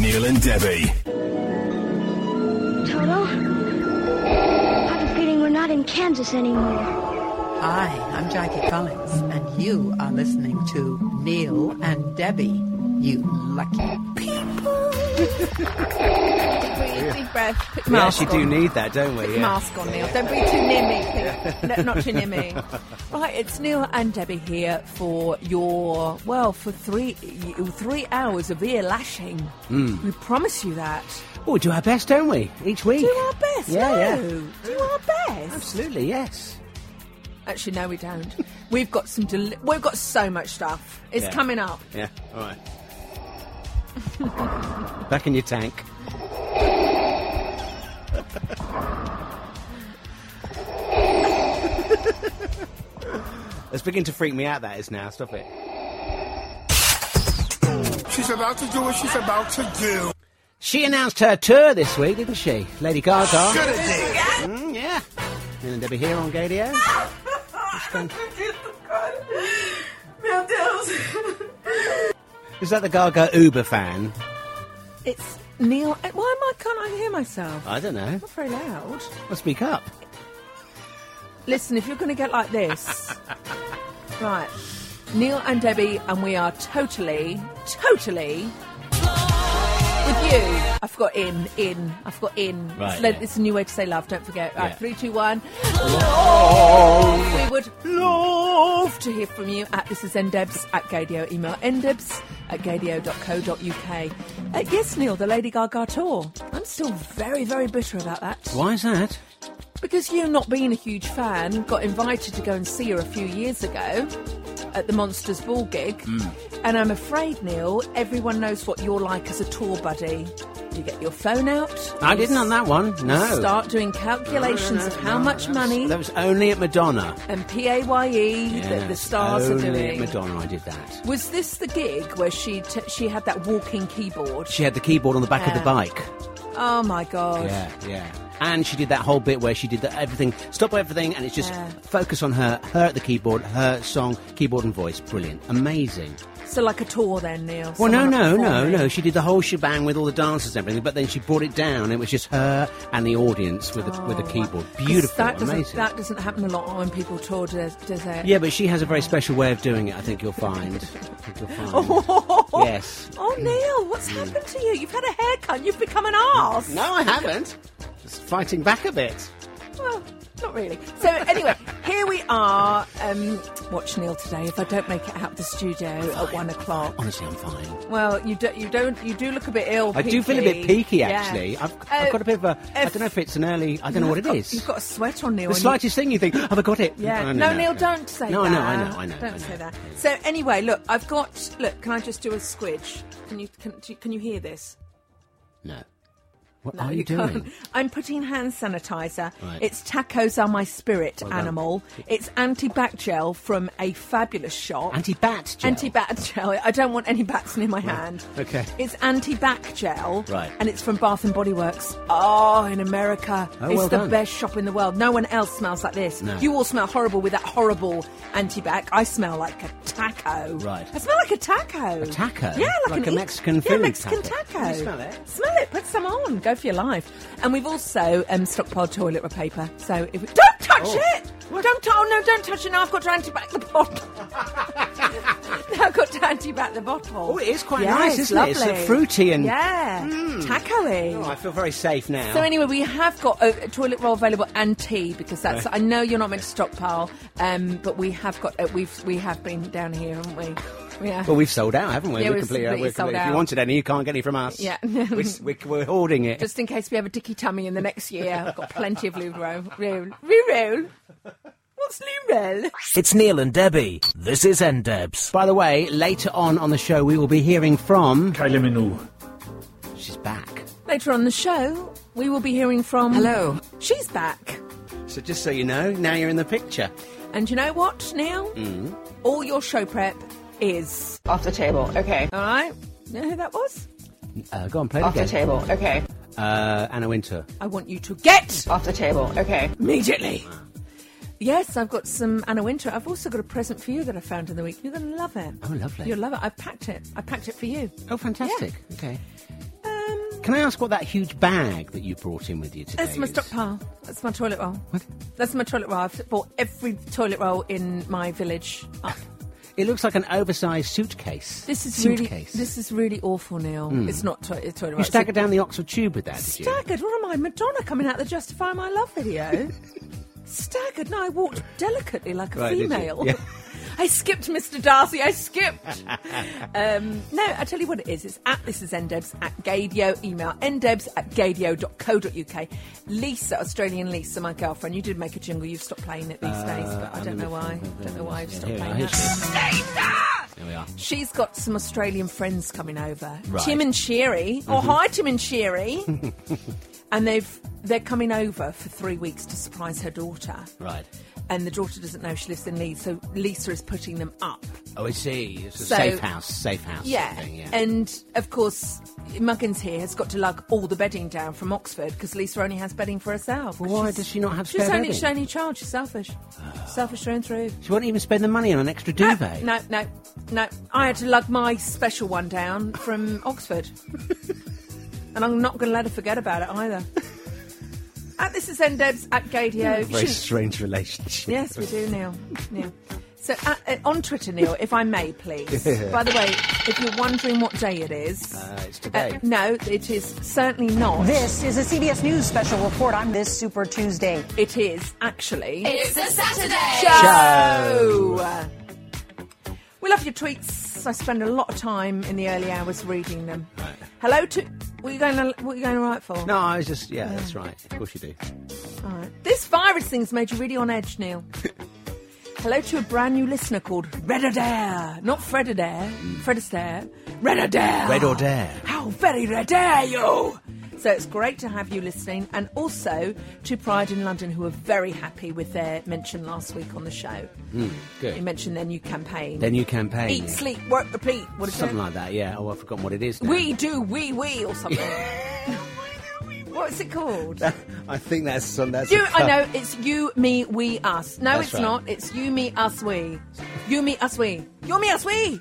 Neil and Debbie. Toto? I have a feeling we're not in Kansas anymore. Hi, I'm Jackie Collins, and you are listening to Neil and Debbie. You lucky Breathe, deep breath. Put your We mask actually do on. need that, don't Put we? your mask on, Neil. Don't breathe too near me, please. No, not too near me. Right, it's Neil and Debbie here for your well for three you- three hours of ear lashing. Hmm. We promise you that. Oh, we do our best, don't we? Each week. Do our best. Yeah, no, yeah. do our best. Absolutely, yes. Actually, no, we don't. We've got some. Deli- we've got so much stuff. It's Yeah. coming up. Yeah, all right. Back in your tank. It's beginning to freak me out. That is now. Stop it. She's about to do what she's about to do. She announced her tour this week, didn't she? Lady Gaga. Good day. Mm, yeah. Neil and Debbie here on Gadio. Is that the Gaga Uber fan? It's Neil. Why am I? Can't I hear myself? I don't know. Not very loud. Well, speak up. Listen, if you're going to get like this, right? Neil and Debbie, and we are totally, totally with you. I've got in, in. I've got in. Right, it's, le- yeah. it's a new way to say love. Don't forget. Right, Yeah. three, two, one. We would love to hear from you at this is ndebs at gadio. Email ndebs at gadio.co.uk. Uh, yes, Neil, the Lady Gaga tour. I'm still very, very bitter about that. Why is that? Because you, not being a huge fan, got invited to go and see her a few years ago at the Monsters Ball gig. And I'm afraid, Neil, everyone knows what you're like as a tour buddy. You get your phone out. I you didn't on that one. No. Start doing calculations of how much money That was only at Madonna. and PAYE E that the Yes, stars are only doing. At Madonna, I did that. Was this the gig where she t- she had that walking keyboard? She had the keyboard on the back of Yeah. the bike. Oh my god! Yeah, yeah. And she did that whole bit where she did that everything, stop everything, and it's just Yeah. focus on her, her at the keyboard, her song, keyboard and voice. Brilliant, amazing. So like a tour then, Neil. Well, no, someone no, no, performing. no. She did the whole shebang with all the dancers and everything, but then she brought it down. It was just her and the audience with a, with a keyboard. 'Cause Beautiful, Oh. That doesn't, amazing. That doesn't happen a lot when people tour, does, does it? Yeah, but she has a very special way of doing it. I think you'll find. I think you'll find. Yes. Mm. Oh, Neil, what's happened to you? You've had a haircut. You've become an arse. No, I haven't. Just fighting back a bit. Well, not really. So anyway, here we are. Um, watch Neil today. If I don't make it out of the studio at one o'clock. Honestly, I'm fine. Well, you do, you don't you do look a bit ill. I do feel a bit peaky. peaky, Yeah. actually. I've, Uh, I've got a bit of a. I if- don't know if it's an early. I don't know what it You've got- is. You've got a sweat on, Neil. the and you- slightest thing you think, have I got it? Yeah. Oh, no, Neil, don't say no, that. No, I know, I know, I know. Don't I know. say that. So anyway, look, I've got. Look, can I just do a squidge? Can you can, do- can you hear this? No. What No, are you, doing? can't. I'm putting hand sanitizer. Right. It's tacos are my spirit Well done. animal. It's anti-bat gel from a fabulous shop. Anti-bat gel? Anti-bat gel. I don't want any bats near my hand. Okay. It's anti-back gel. Right. And it's from Bath and Body Works. Oh, in America, Oh, it's well the done. best shop in the world. No one else smells like this. No. You all smell horrible with that horrible anti-back. I smell like a taco. Right. I smell like a taco. A taco? Yeah, like, Like an a eat- Mexican Yeah, food Mexican taco. taco. You smell it? Smell it. Put some on. Go for your life. And we've also um, stockpiled toilet roll paper. So if we, don't touch Oh. it. Don't. t- Oh no! Don't touch it. Now I've got to anti-back the bottle. now I've got to anti-back the bottle. Oh, it is quite Yeah, nice, it's isn't it? It's lovely. like fruity and- yeah, taco-y. Oh, I feel very safe now. So anyway, we have got a, a toilet roll available and tea because that's. I know you're not meant to stockpile, um, but we have got. Uh, we've we have been down here, haven't we? We have. Well, we've sold out, haven't we? Yeah, we're we've completely, completely we're sold completely- If out. you wanted any, you can't get any from us. Yeah. we're, s- we're, we're hoarding it. just in case we have a dicky tummy in the next year. I've got plenty of loo roll. Loo loo roll. What's loo roll? It's Neil and Debbie. This is NDebs. By the way, later on on the show, we will be hearing from. Kylie Minogue. She's back. Later on the show, we will be hearing from. Hello. She's back. So just so you know, now you're in the picture. And you know what, Neil? Mm. All your show prep is. Off the table. Okay. All right? You know who that was? Uh, go on, play it Off the again. table. Okay. Uh, Anna Winter. I want you to get Off the table. Okay. immediately. Yes, I've got some Anna Winter. I've also got a present for you that I found in the week. You're going to love it. Oh, lovely. You'll love it. I've packed it. I packed it for you. Oh, fantastic. Okay. Uh, Can I ask what that huge bag that you brought in with you today? That's my is? stockpile. That's my toilet roll. That's my toilet roll. I've bought every toilet roll in my village up. It looks like an oversized suitcase. This is really, suitcase. Hmm. this is really awful, Neil. It's not to- a toilet roll. you It's a- staggered down the Oxford Tube with that, did you? Staggered? What am I, Madonna coming out the Justify My Love video? Staggered? No, I walked delicately like a Right, did you? female. Yeah. I skipped Mr. Darcy, I skipped. um, no, I tell you what it is. It's at this is ndebs at gadio. Email ndebs at gadio.co.uk. Lisa, Australian Lisa, my girlfriend, you did make a jingle. You've stopped playing it these Uh, days, but I don't know why. don't know why I've stopped Here we are, playing here it. she is. There we are. She's got some Australian friends coming over. Right. Mm-hmm. Tim and Sherry. Oh, hi, Tim and Sherry. and they've they're coming over for three weeks to surprise her daughter. Right. And the daughter doesn't know she lives in Leeds, so Lisa is putting them up. Oh, I see. It's a So- safe house, safe house. Yeah. Thing, yeah. And of course, Muggins here has got to lug all the bedding down from Oxford because Lisa only has bedding for herself. Well, why She's- does she not have She's spare only, bedding? Ah. she's only child. She's selfish. selfish through and through. she won't even spend the money on an extra No, duvet. No, no, no. I had to lug my special one down from Oxford. and I'm not going to let her forget about it either. at this is ndebs at gadio. You Very shouldn't- strange relationship. Yes, we do, Neil. Neil. So at, uh, on Twitter, Neil, if I may, please. By the way, if you're wondering what day it is, Uh, it's today. no, it is certainly not. This is a CBS News special report on this Super Tuesday. It is actually. It's a Saturday. Show. We love your tweets. I spend a lot of time in the early hours reading them. Right. Hello to. What are you going to, what are you going to write for? No, I was just, yeah, that's right. Of course you do. All right. This virus thing's made you really on edge, Neil. Hello to a brand new listener called Red Adair. Not Fred Adair. Fred Astaire. Red Adair. Red or dare. How very red dare you! So it's great to have you listening, and also to Pride in London, who are very happy with their mention last week on the show. You Good. mentioned their new campaign. Hmm. Their new campaign. Eat, sleep, work, repeat. What is Something it? like that, yeah. Oh, I've forgotten what it is now. We do, we, we, or something. what is it called? I think that's some. That's you, a I know, it's you, me, we, us. No, That's it's right. not. It's you, me, us, we. You, me, us, we. You, me, us, we.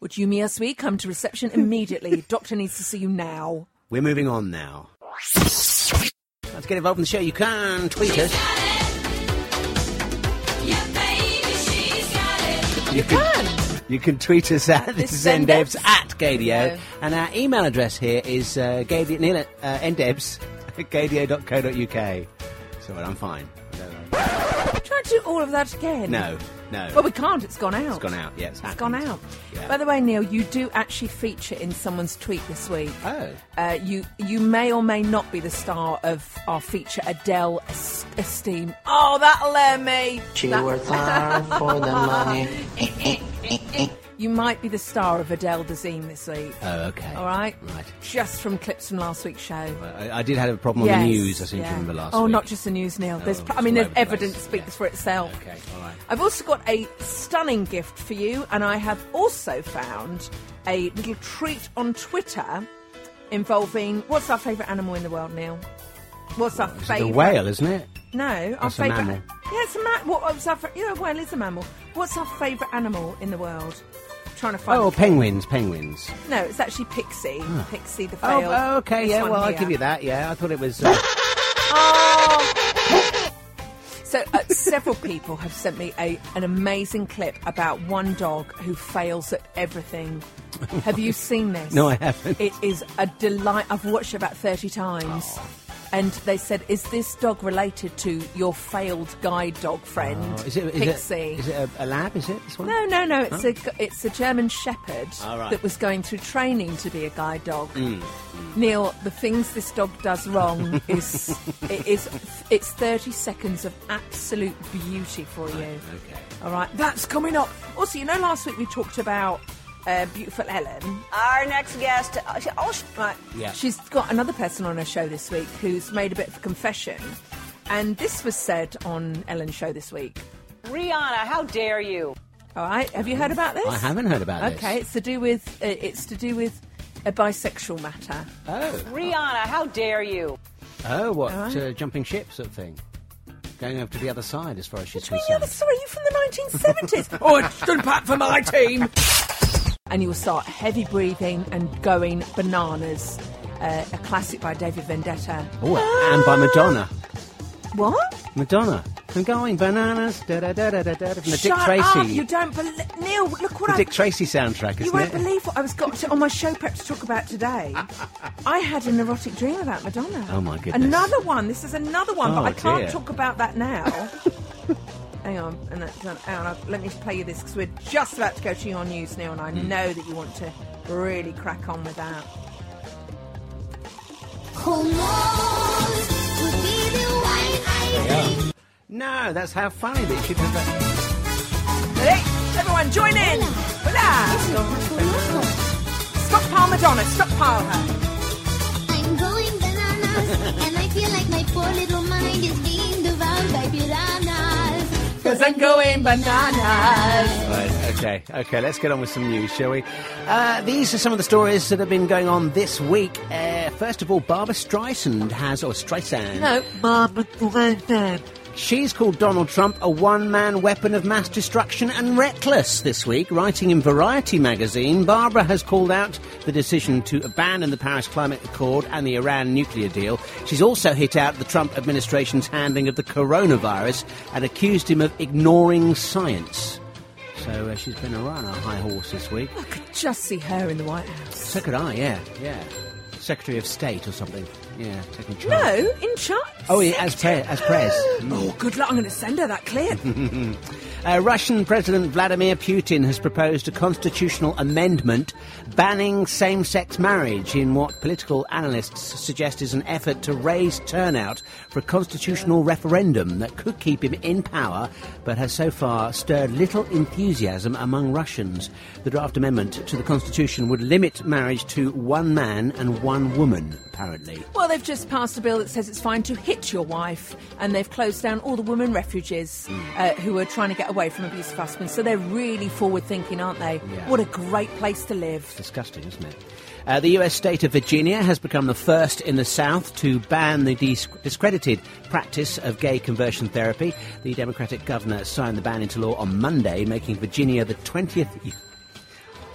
Would you, me, us, we come to reception immediately? Doctor needs to see you now. We're moving on now. Let's get involved in the show. You can tweet us. You can. You can tweet us at this is Endebs at Gadio. Yeah. And our email address here is uh, gadio, Neil, uh, endebs at gadio.co.uk. So I'm fine. I don't know. Try to do all of that again. No, no. Well, we can't. It's gone out. It's gone out, yeah. It's, It's gone out. Yeah. By the way, Neil, you do actually feature in someone's tweet this week. Oh. Uh, you you may or may not be the star of our feature Adele Es- Esteem. Oh, that'll air me. She was hard for the money. you might be the star of Adele Dazeem this week. Oh, okay. All right? Right. Just from clips from last week's show. I, I did have a problem on the Yes, news, I seem yeah. to remember last Oh, week. not just the news, Neil. There's, Oh, pl- I it's mean, all there's over the evidence place. speaks Yeah. for itself. Okay, all right. I've also got a stunning gift for you, and I have also found a little treat on Twitter involving what's our favourite animal in the world, Neil? What's our It's a favourite? whale, isn't it? No, our That's a favourite. mammal. Yeah, it's a mammal. What, what's our fa- yeah, a whale is a mammal. What's our favourite animal in the world? trying to find. Oh, penguins, penguins. no, it's actually Pixie. Pixie the Oh, fail. oh, okay, This yeah, one well, I'll here. give you that, yeah. I thought it was. Uh, So uh, several people have sent me a, an amazing clip about one dog who fails at everything. Have you seen this? No, I haven't. It is a delight. I've watched it about 30 times. Oh. And they said, is this dog related to your failed guide dog friend, Oh, is it, is Pixie? it, is it a, a lab? Is it this one? No, no, no. It's a it's a German Shepherd All right. Mm, that was going through training to be a guide dog. Neil, the things this dog does wrong is it is it's thirty seconds of absolute beauty for you. okay. All right, that's coming up. Also, you know, last week we talked about uh, beautiful Ellen. Our next guest, uh, she- oh, she- Right. Yeah. She's got another person on her show this week who's made a bit of a confession, and this was said on Ellen's show this week. Rihanna, how dare you? All right, have you heard about this? Mm-hmm. I haven't heard about this. Okay, it's to do with uh, it's to do with a bisexual matter. Oh, Rihanna, how dare you? oh, what right. uh, jumping ship sort of thing? Going over to the other side, as far as she's Between the concerned. other, sorry, you from the 1970s. oh, I stood back for my team. And you will start heavy breathing and going bananas. Uh, uh, a classic by David Vendetta. Oh, Ah! and by Madonna. What? Madonna. I'm going bananas. Da, da, da, da, da, da, from the Shut Dick Tracy. up! You don't believe Neil. Look what the I. Dick Tracy soundtrack, isn't you won't it? believe what I was got to, on my show prep to talk about today. I had an erotic dream about Madonna. Oh, my goodness. Another one. This is another one, Oh, but I can't dear. talk about that now. Hang on, and that's done. Hang on, I'll- let me just play you this because we're just about to go to your news now, and I Hmm. know that you want to really crack on with that. Yeah. No, that's how funny that you should have that. Ready? Everyone, join in. Hola. Stockpile Madonna. Stockpile her. I'm going bananas, and I feel like my poor little mind is being devoured by piranhas. Because I'm going bananas. Right, okay, okay, let's get on with some news, shall we? Uh, these are some of the stories that have been going on this week. Uh, first of all, Barbara Streisand has, or Streisand. No, Barbara Streisand. She's called Donald Trump a one man weapon of mass destruction and reckless this week. Writing in Variety magazine, Barbara has called out the decision to abandon the Paris Climate Accord and the Iran nuclear deal. She's also hit out the Trump administration's handling of the coronavirus and accused him of ignoring science. So uh, she's been around a high horse this week. I could just see her in the White House. So could I, yeah, yeah. Secretary of State or something. Yeah, taking charge. No, in charge. Oh, yeah, as, pre- as press. Oh, good luck. I'm going to send her that clip. Uh, Russian President Vladimir Putin has proposed a constitutional amendment banning same sex marriage in what political analysts suggest is an effort to raise turnout for a constitutional referendum that could keep him in power but has so far stirred little enthusiasm among Russians. The draft amendment to the Constitution would limit marriage to one man and one woman, apparently. well, they've just passed a bill that says it's fine to hit your wife, and they've closed down all the women refuges Hmm. uh, who are trying to get away from abusive husbands. So they're really forward thinking, aren't they? Yeah. What a great place to live. disgusting, isn't it? Uh, the US state of Virginia has become the first in the South to ban the dis- discredited practice of gay conversion therapy. The Democratic governor signed the ban into law on Monday, making Virginia the 20th. u-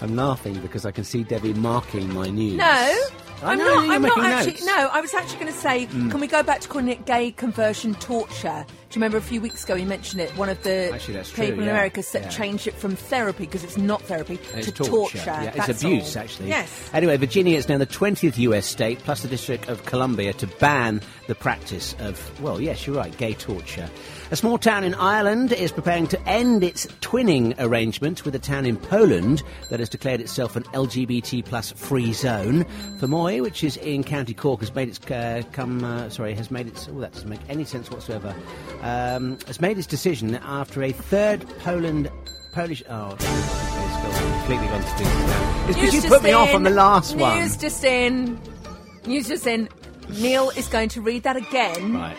I'm laughing because I can see Debbie marking my news. No. I I'm know, not. you're I'm making not actually. notes. Hmm. No, I was actually going to say, can we go back to calling it gay conversion torture? Do you remember a few weeks ago we mentioned it? One of the Actually, that's true, people in yeah, America said yeah. changed it from therapy because it's not therapy It's to torture. torture. Yeah, it's That's abuse, all. actually. Uh, Yes. Anyway, Virginia is now the 20th US state, plus the District of Columbia, to ban the practice of, well, yes, you're right, gay torture. A small town in Ireland is preparing to end its twinning arrangement with a town in Poland that has declared itself an LGBT plus free zone. Fermoy, which is in County Cork, has made its uh, come, uh, sorry, has made its, oh, that doesn't make any sense whatsoever, um, has made its decision after a third Poland Polish. Oh, it's gone completely gone to pieces now. It's because News you just put me off in. on the last News one. just in. News just in. Neil is going to read that again, Right.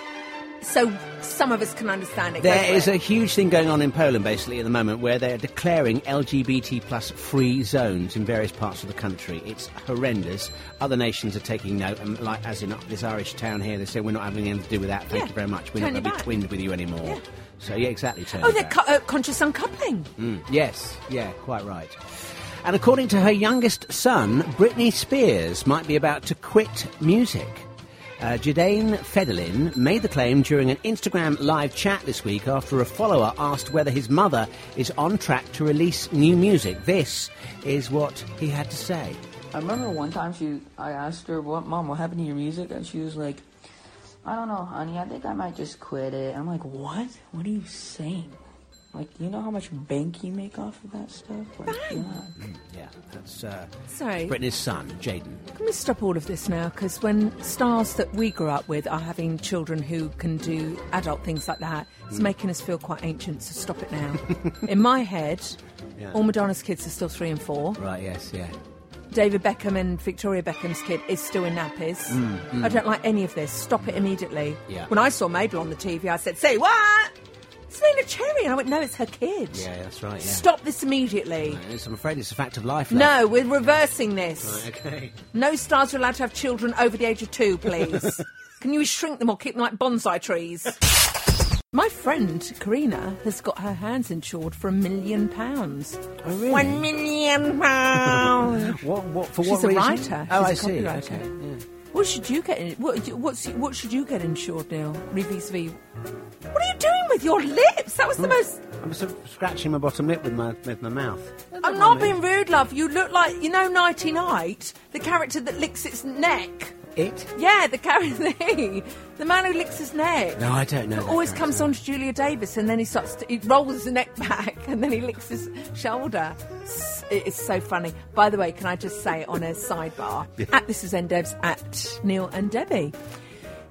so some of us can understand it. Go for There is it. a huge thing going on in Poland, basically, at the moment, where they're declaring LGBT plus free zones in various parts of the country. It's horrendous. Other nations are taking note, and like as in this Irish town here, they say we're not having anything to do with that. Thank Yeah. you very much. We're Turn not it going to be back." twinned with you anymore. Yeah. So yeah, exactly. turn Oh, it they're back. cu- uh, conscious uncoupling. Mm. Yes, yeah, quite right. And according to her youngest son, Britney Spears might be about to quit music. Uh, Jadane Federlin made the claim during an Instagram live chat this week after a follower asked whether his mother is on track to release new music. This is what he had to say. I remember one time she, I asked her, "What, mom? What happened to your music?" And she was like, "I don't know, honey. I think I might just quit it." I'm like, "What? What are you saying? Like, you know how much bank you make off of that stuff? Like, yeah. Yeah, that's uh, Sorry. Britney's son, Jaden. Can we stop all of this now? Because when stars that we grew up with are having children who can do adult things like that, it's Mm. making us feel quite ancient, so stop it now. In my head, Yeah. all Madonna's kids are still three and four. Right, yes, yeah. David Beckham and Victoria Beckham's kid is still in nappies. I don't like any of this. Stop it immediately. Mm, Yeah. When I saw Mabel on the TV, I said, Say what? It's Lena Cherry. And I went, No, it's her kid. Yeah, that's right, yeah. Stop this immediately. It's- I'm afraid it's a fact of life. No, love. we're reversing this. Okay. No stars are allowed to have children over the age of two, please. Can you shrink them or keep them like bonsai trees? My friend Karina has got her hands insured for a million pounds. Oh, really? One million pounds. What, what, for She's what a reason? writer. She's Oh, I a see. copywriter. Okay. yeah. What should you get? In, what what's what should you get insured now? Vis v. What are you doing with your lips? That was the most. I'm sort of scratching my bottom lip with my with my mouth. I'm not being rude, love. You look like you know Nighty Night, the character that licks its neck. It? Yeah, the character, the man who licks his neck. No, I don't know. It that always character. comes on to Julia Davis, and then he starts. To, he rolls his neck back, and then he licks his shoulder. S- It is so funny. By the way, can I just say on a sidebar at this is ndebs at Neil and Debbie.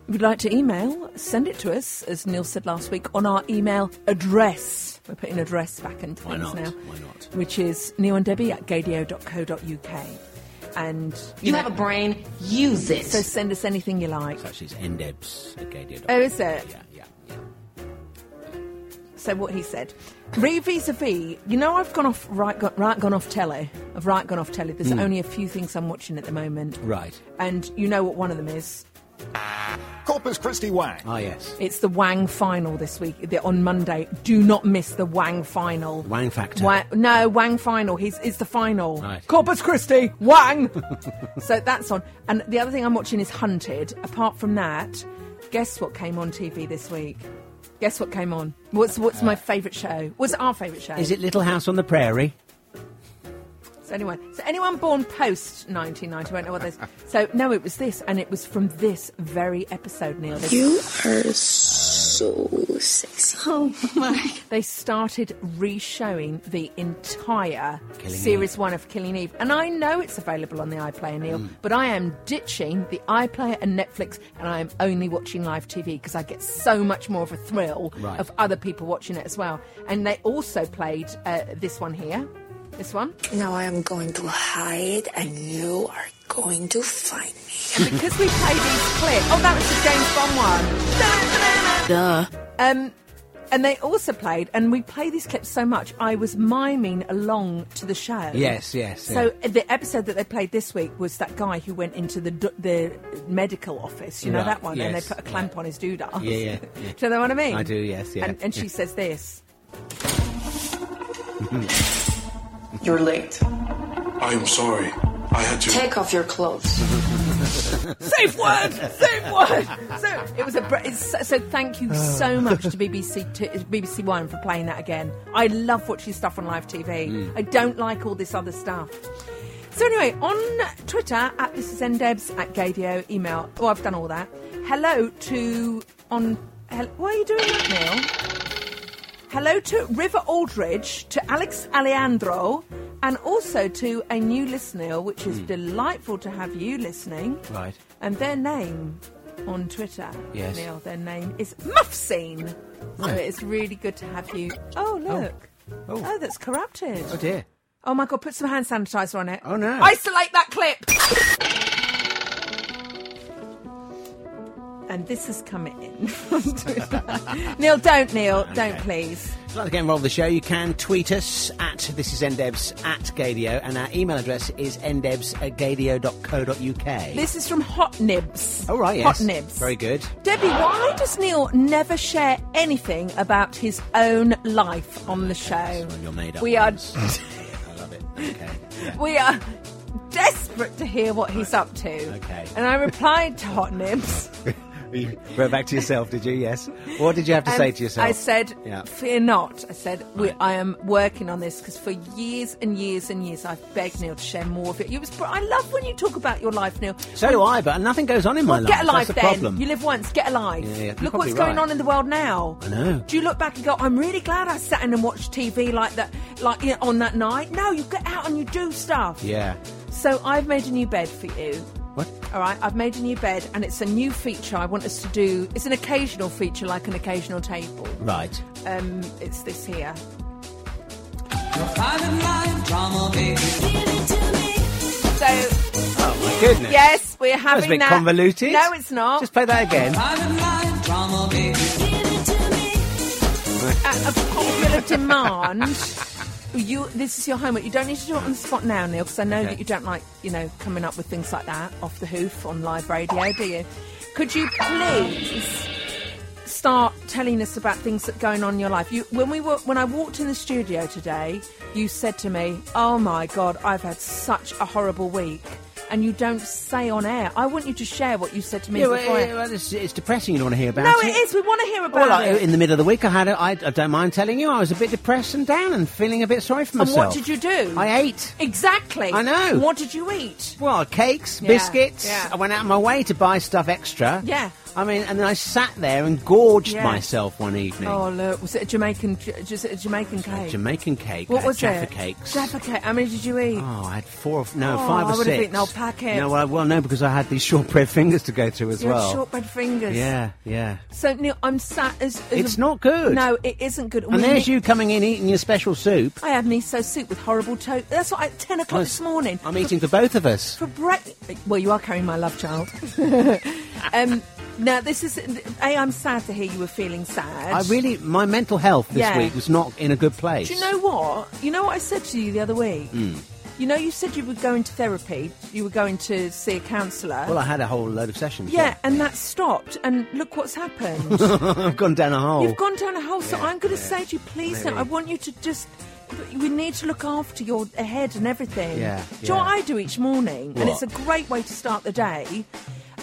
If you'd like to email, send it to us, as Neil said last week, on our email address. We're putting address back into Why things not? now. Why not? Which is Neil and Debbie at gadio.co.uk. And You have a brain, use it. so send us anything you like. Actually, it's Endebs. Okay, dear. Oh, is it? Yeah, yeah, yeah. So what he said, re vis a vis, you know I've gone off right, got, right gone off telly. I've right gone off telly. There's only a few things I'm watching at the moment, Right. and you know what one of them is. Corpus Christi Wang. Ah, yes. It's the Wang final this week the, on Monday. Do not miss the Wang final. Wang Factor. Wa- no, Wang final. He's it's the final. Right. Corpus Christi, Wang. so that's on. And the other thing I'm watching is Hunted. Apart from that, guess what came on TV this week? Guess what came on? What's what's my favourite show? What's our favourite show? Uh, Is it Little House on the Prairie? So anyway, so anyone born post 1990 won't know what this. So no, it was this, and it was from this very episode, Neil. They- You are so sexy. Oh my. they started re-showing the entire Killing series Eve. one of Killing Eve, and I know it's available on the iPlayer, Neil, Mm. but I am ditching the iPlayer and Netflix, and I am only watching live TV because I get so much more of a thrill Right. of other people watching it as well. And they also played uh, this one here, this one. Now I am going to hide and you are going to find me. And because we play these clips, oh, that was the James Bond one. Duh. Um, and they also played, and we play these clips so much, I was miming along to the show. Yes, yes. So uh, the episode that they played this week was that guy who went into the do- the medical office, you know Right, that one, and they yes, put a clamp on his doodah. Yeah, yeah, yeah. Do you know what I mean? I do, yes, yeah. And, and she Yeah. says this. You're late. I'm sorry. I had to. Take off your clothes. Safe word, safe word. So it was a. br- It's, so, so thank you so much to BBC to, BBC One for playing that again. I love watching stuff on live TV. I don't like all this other stuff. So anyway, on Twitter at this is ndebs at gadio email. Oh, I've done all that. Hello to on. Hel- why are you doing that, Neil? Hello to River Aldridge, to Alex Alejandro, and also to a new listener, which is delightful to have you listening. Right. And their name on Twitter, Yes. Neil, their name is Muffscene. So it's really good to have you. Oh, look. Oh, Oh. that's corrupted. Oh dear. Oh my god, put some hand sanitizer on it. Oh, no. Isolate that clip! And this has come in. from Twitter. Neil, don't, Neil, don't please. If you'd like to get involved with the show, you can tweet us at this is ndebs at gadio, and our email address is ndebs at gadio.co.uk. This is from Hot Nibs. oh, right, yes. Hot Nibs. Very good. Debbie, why does Neil never share anything about his own life on the show? Well, you're made up. we are ones. I love it. Okay. Yeah. we are desperate to hear what he's up to. Okay. And I replied to Hot Nibs. You wrote back to yourself, did you? Yes. What did you have to say And to yourself? Um, I said, Yeah. fear not. I said, we, I am working on this because for years and years and years I've begged Neil to share more of it. You was, I love when you talk about your life, Neil. So do I, but nothing goes on in my Well, life. get a life That's the then. problem. You live once, get a life. Yeah, yeah, you're Look probably what's going right. on in the world now. I know. Do you look back and go, I'm really glad I sat in and watched TV like that, like you know, on that night? No, you get out and you do stuff. yeah. So I've made a new bed for you. What? All right, I've made a new bed and it's a new feature I want us to do. It's an occasional feature like an occasional table. Right. Um, it's this here. So Oh my goodness. Yes, we're That was having a bit that. convoluted. No, it's not. Just play that again. Oh, At a popular demand. You, this is your homework. You don't need to do it on the spot now, Neil, because I know that you don't like, you know, coming up with things like that off the hoof on live radio, do you? Could you please start telling us about things that are going on in your life? You, when we were, when I walked in the studio today, you said to me, "Oh my God, I've had such a horrible week." and you don't say on air. I want you to share what you said to me. Yeah, as a well, client. yeah, well, it's, it's depressing. You don't want to hear about no, it. it is. We want to hear about Well, I, it. in the middle of the week, I had. A, I, I don't mind telling you, I was a bit depressed and down, and feeling a bit sorry for and myself. what did you do? I ate. Exactly. I know. What did you eat? Well, cakes, Yeah, biscuits. yeah. I went out of my way to buy stuff extra. Yeah. I mean, and then I sat there and gorged Yeah. myself one evening. Oh look, was it a Jamaican? Just a Jamaican cake. Jamaican cake. What had was Jaffa it? cakes. Jaffa cake. How many did you eat? Oh, I had four, or, f- no, Oh, five or I six. would've eaten the whole packet. No, well, well, no, because I had these shortbread fingers to go through as you well. had shortbread fingers. Yeah, yeah. So Neil, I'm sat as. as It's a- not good. No, it isn't good. And We there's need- you coming in eating your special soup. I had miso soup with horrible toast. That's what I, at ten o'clock I- this morning. I'm eating for both of us. for breakfast. Well, you are carrying my love child. um, now this is. A, I'm sad to hear you were feeling sad. I really, my mental health this Yeah. week was not in a good place. Do you know what? You know what I said to you the other week. Mm. You know, you said you were going to therapy. You were going to see a counsellor. Well, I had a whole load of sessions. Yeah, and that stopped. And look what's happened. I've gone down a hole. You've gone down a hole, so Oh. Yeah, I'm going to yeah. say to you, please, no, Maybe. I want you to just. We need to look after your head and everything. Yeah, Do you know what yeah. I do each morning? What? And it's a great way to start the day.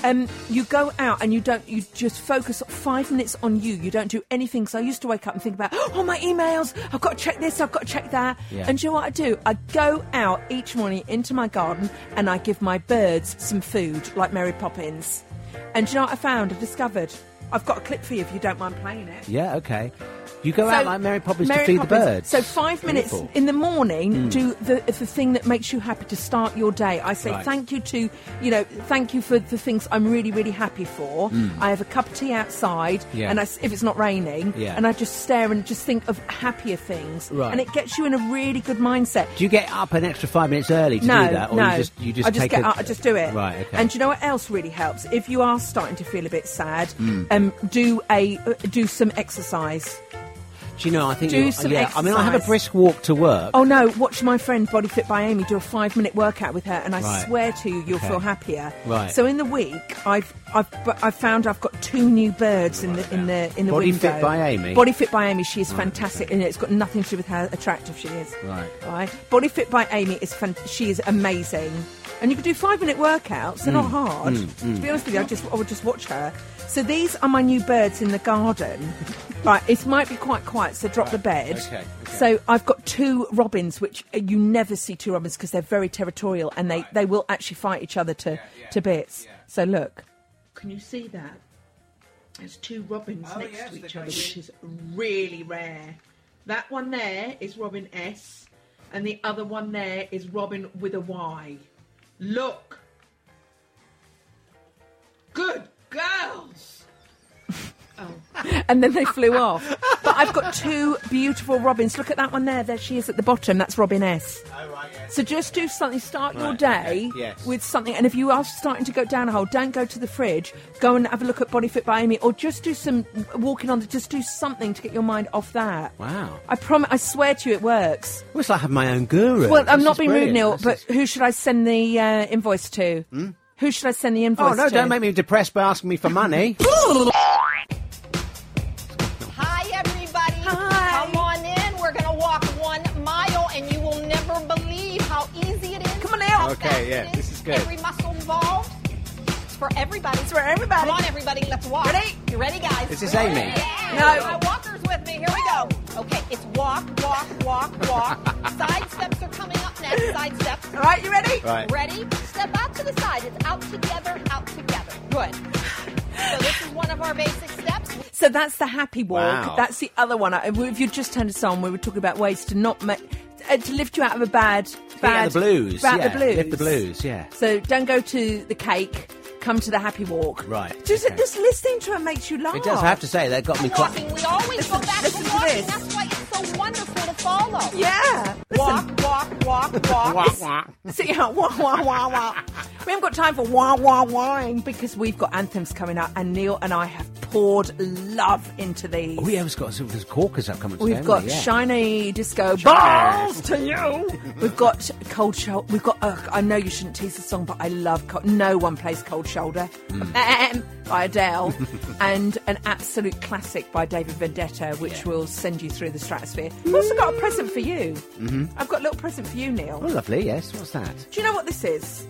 Um, you go out and you don't. You just focus five minutes on you. You don't do anything. So I used to wake up and think about, oh, my emails. I've got to check this. I've got to check that. Yeah. And do you know what I do? I go out each morning into my garden and I give my birds some food, like Mary Poppins. And do you know what I found? I discovered. I've got a clip for you if you don't mind playing it. Yeah, okay. You go So- out like Mary Poppins Mary to feed Poppins. the birds. So five minutes Beautiful. in the morning, Mm. do the, the thing that makes you happy to start your day. I say Right. thank you to, you know, thank you for the things I'm really, really happy for. Mm. I have a cup of tea outside, Yeah. and I s if it's not raining, Yeah. and I just stare and just think of happier things, Right. and it gets you in a really good mindset. Do you get up an extra five minutes early to no, do that, or no. you just you just I just take get a, up, I just do it. Right, okay. And do you know what else really helps? If you are starting to feel a bit sad, Mm. um, do a uh, do some exercise. do you know? I think do you- some yeah. I mean, I have a exercise. brisk walk to work. Oh no, watch my friend Body Fit by Amy do a five minute workout with her, and I Right. swear to you, you'll Okay. feel happier. Right. So in the week, I've I've but I've found I've got two new birds in the in the in the Body window. Fit by Amy? Body Fit by Amy. She is Right, fantastic, and it's got nothing to do with how attractive she is. Right. Right. Body Fit by Amy is fan- she is amazing, and you can do five minute workouts. They're not Mm, hard. mm, To be mm. honest with you, I just I would just watch her. So these are my new birds in the garden. right. It might be quite quiet, so drop the bed. okay, okay. So I've got two robins, which uh, you never see two robins because they're very territorial and they, they will actually fight each other to, to bits. So look. Can you see that? There's two robins Oh, next yes, to they're each other, quite which is really rare. That one there is Robin S, and the other one there is Robin with a Y. Look! Good girls! and then they flew off. But I've got two beautiful robins. Look at that one there. There she is at the bottom. That's Robin S. So just do something. Start your Right, day okay, yes. with something. And if you are starting to go down a hole, don't go to the fridge. Go and have a look at Body Fit by Amy, or just do some walking on. The, just do something to get your mind off that. Wow. I promise. I swear to you, it works. Well, it's like I have my own guru. well, I'm This not is being rude, brilliant. Neil, This but is- Hmm? who should I send the uh, invoice to? Who should I send the invoice? oh no, to? don't make me depressed by asking me for money. Hi, everybody. Hi. Come on in. We're going to walk one mile, and you will never believe how easy it is. Come on out. Okay, yeah, this is good. Every muscle involved. It's for everybody. It's for everybody. Come on, everybody. Let's walk. Ready? You ready, guys? Is this Amy? No. My Uh, walker's with me. Here we go. Okay, it's walk, walk, walk, walk. side steps are coming up next. Side steps. All right, you ready? Right. Ready? Step out to the side. It's out together, out together. Good. So this is one of our basic steps. So that's the happy walk. Wow. That's the other one. I- If you just turned us on, we were talking about ways to not make uh, to lift you out of a bad, bad yeah, the blues. bad- yeah. the blues. Lift the blues. Yeah. So don't go to the cake. Come to the happy walk. Right. Just, okay. just listening to her makes you laugh. It does. I have to say that got me quite. walking. We always go back to walking. That's why it's so wonderful to follow. Yeah. Walk, walk, walk, walk. Oh, See how wah wah wah wah. We haven't got time for wah wah wahing because we've got anthems coming up, and Neil and I have poured love into these. Oh yeah, we've got some there's corkers up coming. We've today, got haven't we? yeah. shiny disco Shiny. balls to you. We've got cold shoulder. We've got. Ugh, I know you shouldn't tease the song, but I love. Cold, no one plays Cold Shoulder Hmm. Ahem, by Adele, and an absolute classic by David Vendetta, which will send you through the stratosphere. Mm. I've also got a present for you. Mhm. I've got a little present for you, Neil. Oh lovely. Yes. What's that? Do you know what this is?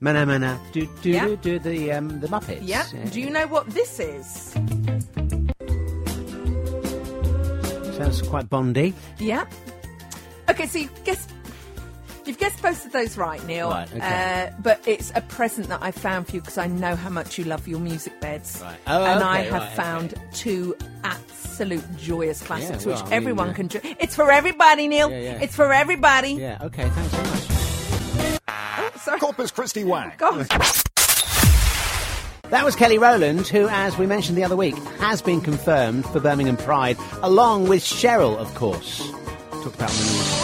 Mana mana. Do do Yeah. do do the um, the Muppets. Yep. Do you know what this is? Sounds quite Bondy. Yep. Okay, so you guess you've guessed both of those right, Neil. Right, okay. Uh, but it's a present that I found for you because I know how much you love your music beds. Right. Oh, and I okay, have right, okay. found two absolute joyous classics, well, which I mean, everyone uh, can. Ju- it's for everybody, Neil. Yeah, yeah. It's for everybody. Yeah. Okay. Thanks so much. Corpus Christi Wang. That was Kelly Rowland, who, as we mentioned the other week, has been confirmed for Birmingham Pride, along with Cheryl, of course. Talk about them in a minute.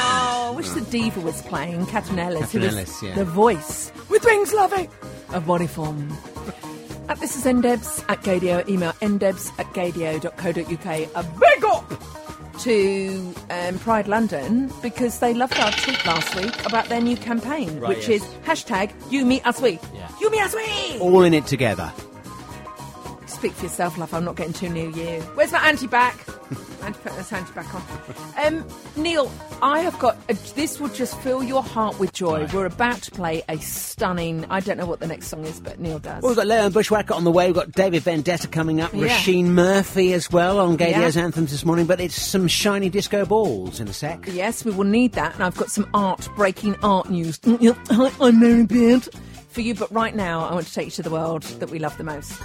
Oh, I wish the diva was playing Catanellis, who Catanellis, was yeah. the voice with wings loving of body form. Uh, this is ndebs at gadio. Email ndebs at gadio.co.uk. A big up to um, Pride London because they loved our tweet last week about their new campaign, Right, which yes. is hashtag you, me, us, we. You, me, us, we. All in it together. Speak for yourself, love. I'm not getting too near you. Where's my anti back? I had to put this anti back on. Um, Neil, I have got. A, this will just fill your heart with joy. We're about to play a stunning. I don't know what the next song is, but Neil does. Well, we've got Leon Bushwacker on the way. We've got David Vendetta coming up. Yeah. Rasheen Murphy as well on Gadio's Yeah. anthems this morning. But it's some shiny disco balls in a sec. Yes, we will need that. And I've got some art, breaking art news. Mm, Hi, I'm Mary Beard. For you, but right now, I want to take you to the world that we love the most.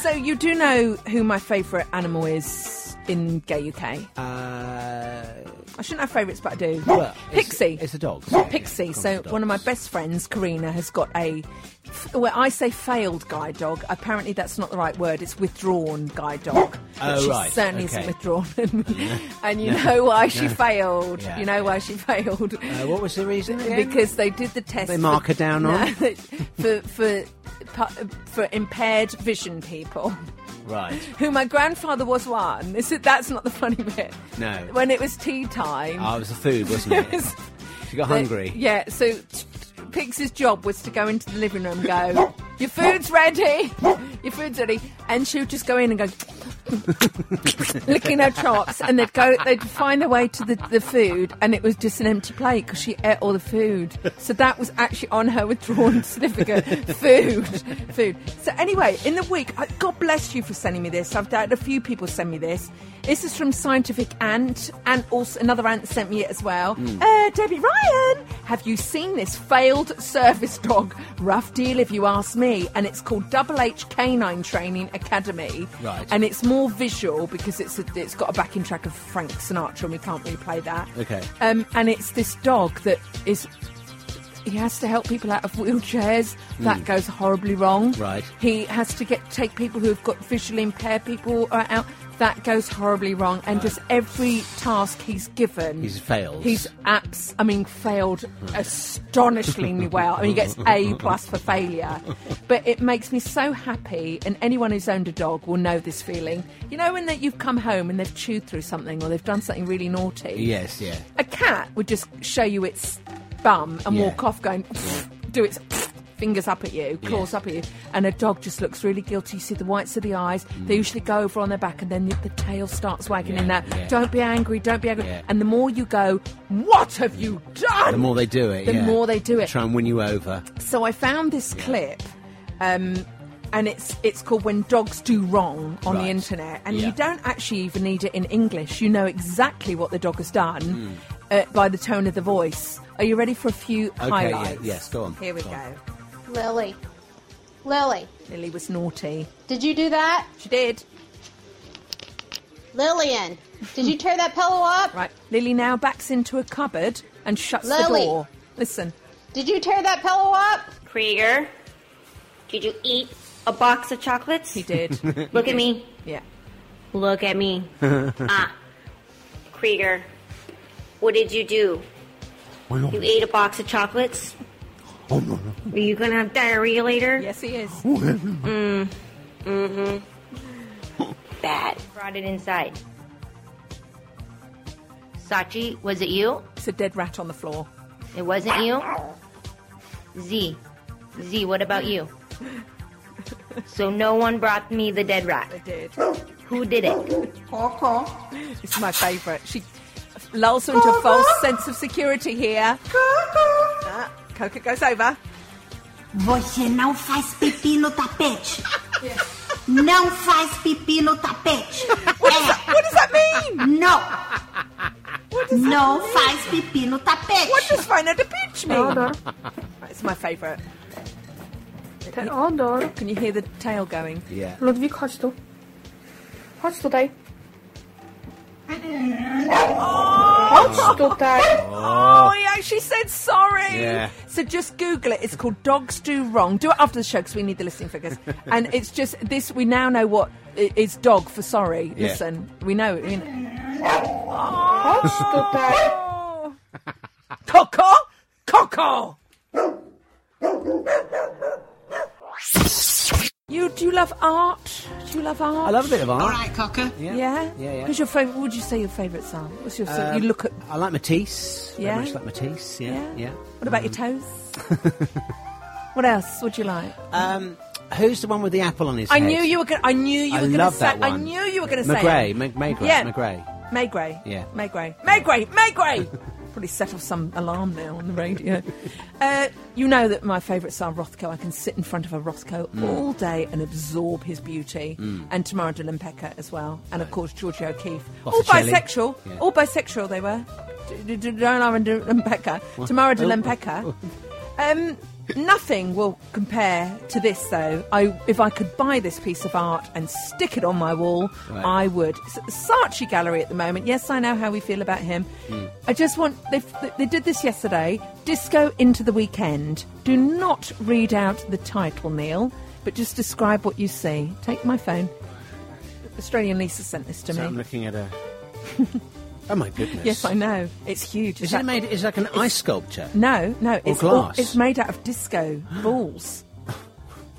So, you do know who my favourite animal is in Gay UK? Uh, I shouldn't have favourites, but I do. Well, it's- Pixie. it's the dogs. Pixie. Of course So the one of my best friends, Karina, has got a. f- Well, I say failed guide dog. Apparently, that's not the right word. It's withdrawn guide dog. Oh, But she right. certainly Okay. isn't withdrawn. and you No. know why she No. failed. Yeah, you know why she failed. Uh, what was the reason? again? because they did the test. They mark her down on? for for pu- for impaired vision people. Right. Who my grandfather was one. This is, that's not the funny bit. No. When it was tea time. Ah, it was the food, wasn't It it? was- She got the- hungry. yeah, so t- t- Pix's job was to go into the living room and go, Your food's ready! Your food's ready. And she would just go in and go, licking her chops, and they'd go, they'd find their way to the, the food, and it was just an empty plate because she ate all the food. So that was actually on her withdrawn certificate. food, food. So anyway, in the week, I, God bless you for sending me this. I've had a few people send me this. This is from Scientific Ant, and also another ant sent me it as well. Uh, Debbie Ryan, have you seen this failed service dog? Rough deal, if you ask me. And it's called Double H Canine Training Academy. Right. And it's more visual because it's a, it's got a backing track of Frank Sinatra, and we can't really play that. Okay. Um, and it's this dog that is. He has to help people out of wheelchairs. That goes horribly wrong. Hmm. Right. He has to get take people who have got visually impaired people uh, out. That goes horribly wrong. And just every task he's given, He's failed. He's apps. I mean, failed astonishingly well. I mean, he gets A plus for failure. But it makes me so happy, and anyone who's owned a dog will know this feeling. You know, when that you've come home and they've chewed through something or they've done something really naughty. Yes, yeah. A cat would just show you its bum and Yeah. walk off, going, do its fingers up at you, claws up at you, and a dog just looks really guilty. You see the whites of the eyes. They usually go over on their back, and then the, the tail starts wagging in Mm. Yeah, that. yeah. Don't be angry. Don't be angry. Yeah. And the more you go, what have you done? The more they do it, the yeah. more they do it. Try and win you over. So I found this clip, um, and it's it's called "When Dogs Do Wrong" on the Right. internet, and Yeah. you don't actually even need it in English. You know exactly what the dog has done Hmm. uh, by the tone of the voice. Are you ready for a few yeah, highlights? yes, go on, Here we go go. on. Lily. Lily, Lily was naughty. did you do that? She did. Lillian, did you tear that pillow up? Right, Lily now backs into a cupboard and shuts Lily. the door. Listen, Did you tear that pillow up? Krieger, did you eat a box of chocolates? He did. Look at me. Yeah. Look at me. ah, Krieger, what did you do? You ate a box of chocolates? Are you gonna have diarrhea later? Yes, he is. Mm. Mm-hmm. Bad. Brought it inside. Sachi, was it you? It's a dead rat on the floor. It wasn't you? Z. Z, what about you? So no one brought me the dead rat. They did. Who did it? It's my favourite. She lulls her into a false sense of security here. Ah, Coca goes over. Você não faz pipi no tapete. Não faz pipi no tapete. What, does, that, what does that mean? No. Não faz pipi no tapete. What does Find out a pitch me? It's my favourite. Ten order. Can you hear the tail going? Yeah. Ludwig, chodź tu. Chodź tutaj. Chodź tutaj. Oh, yeah, she said sorry. Yeah. So just Google it. It's called Dogs Do Wrong. Do it after the show because we need the listening figures. and it's just this. We now know what i- is dog for sorry. Yeah. Listen, we know. it, We know. Chodź tutaj. Oh. Coco, Coco. You do you love art? Do you love art? I love a bit of art. All right, Cocker. Yeah, yeah, Yeah, yeah. Who's your favorite? What would you say your favorite song? What's your? Um, you look at. I like Matisse. Very Yeah? much like Matisse. Yeah, Yeah? yeah. What about your Mm. toes? what else would you like? Um, who's the one with the apple on his I head? knew you were going. I knew you were I going to love say. that I one. knew you were going to say. McGray, it. Mag- Magray, Yeah. McGray. May Gray. Yeah. May Gray. May Gray. May Gray. Probably set off some alarm now on the radio. uh, you know that my favourites are Rothko. I can sit in front of a Rothko Mm. all day and absorb his beauty. Mm. And Tamara de Pecker as well. And of course, Georgie O'Keefe. All Botticelli. bisexual. Yeah. All bisexual they were. D- d- d- Tamara de Lempecker. What? Tamara de Oh, oh, Lempecker. Um, nothing will compare to this, though. I, if I could buy this piece of art and stick it on my wall, Right. I would. It's at the Saatchi Gallery at the moment. Yes, I know how we feel about him. Hmm. I just want they they did this yesterday. Disco into the weekend. Do not read out the title, Neil, but just describe what you see. Take my phone. Australian Lisa sent this to So me. I'm looking at a. oh my goodness. Yes, I know. It's huge. It's Is it made? Is like an ice sculpture? No, no, it's all- glass? it's made out of disco balls.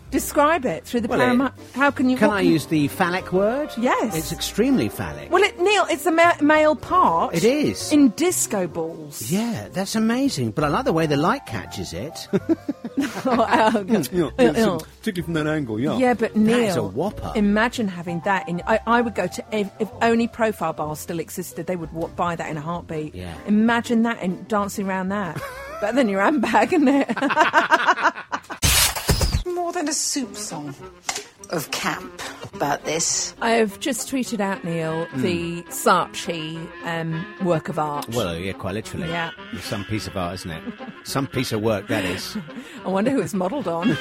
Describe it through the Well, param- it- How can you? Can what I use the phallic word? Yes. It's extremely phallic. Well, it, Neil, it's a ma- male part. It is. in disco balls. Yeah, that's amazing. But I like the way the light catches it. Oh, yeah. Particularly from that angle, Oh, Yeah, but Neil, That's a whopper. Imagine having that in. I, I would go to ev- if only profile bars still existed, they would wa- buy that in a heartbeat. Yeah. Imagine that and dancing around that. Better than your handbag, isn't it? More than a soup song of camp about this. I've just tweeted out, Neil, Mm. the Saatchi um, work of art. Well, yeah, quite literally. Yeah. It's Some piece of art, isn't it? Some piece of work, that is. I wonder who it's modelled on.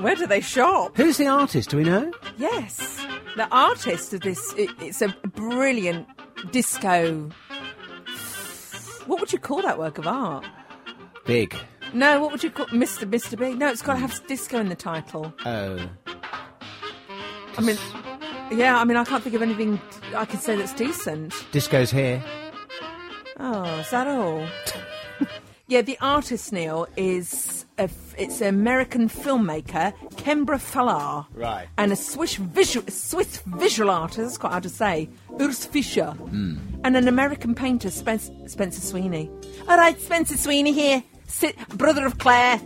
Where do they shop? Who's the artist? Do we know? Yes, the artist of this. It, it's a brilliant disco. What would you call that work of art? Big. No, what would you call Mr. Mr. B? No, it's got to have disco in the title. Oh. I mean, yeah, I mean, I can't think of anything I can say that's decent. Disco's here. Oh, is that all? yeah, the artist Neil is a, f- it's an American filmmaker, Kembra Fallar, Right. and a Swiss visual Swiss visual artist. That's quite hard to say. Urs Fischer, and an American painter, Spence, Spencer Sweeney. All right, Spencer Sweeney here, sit, brother of Claire.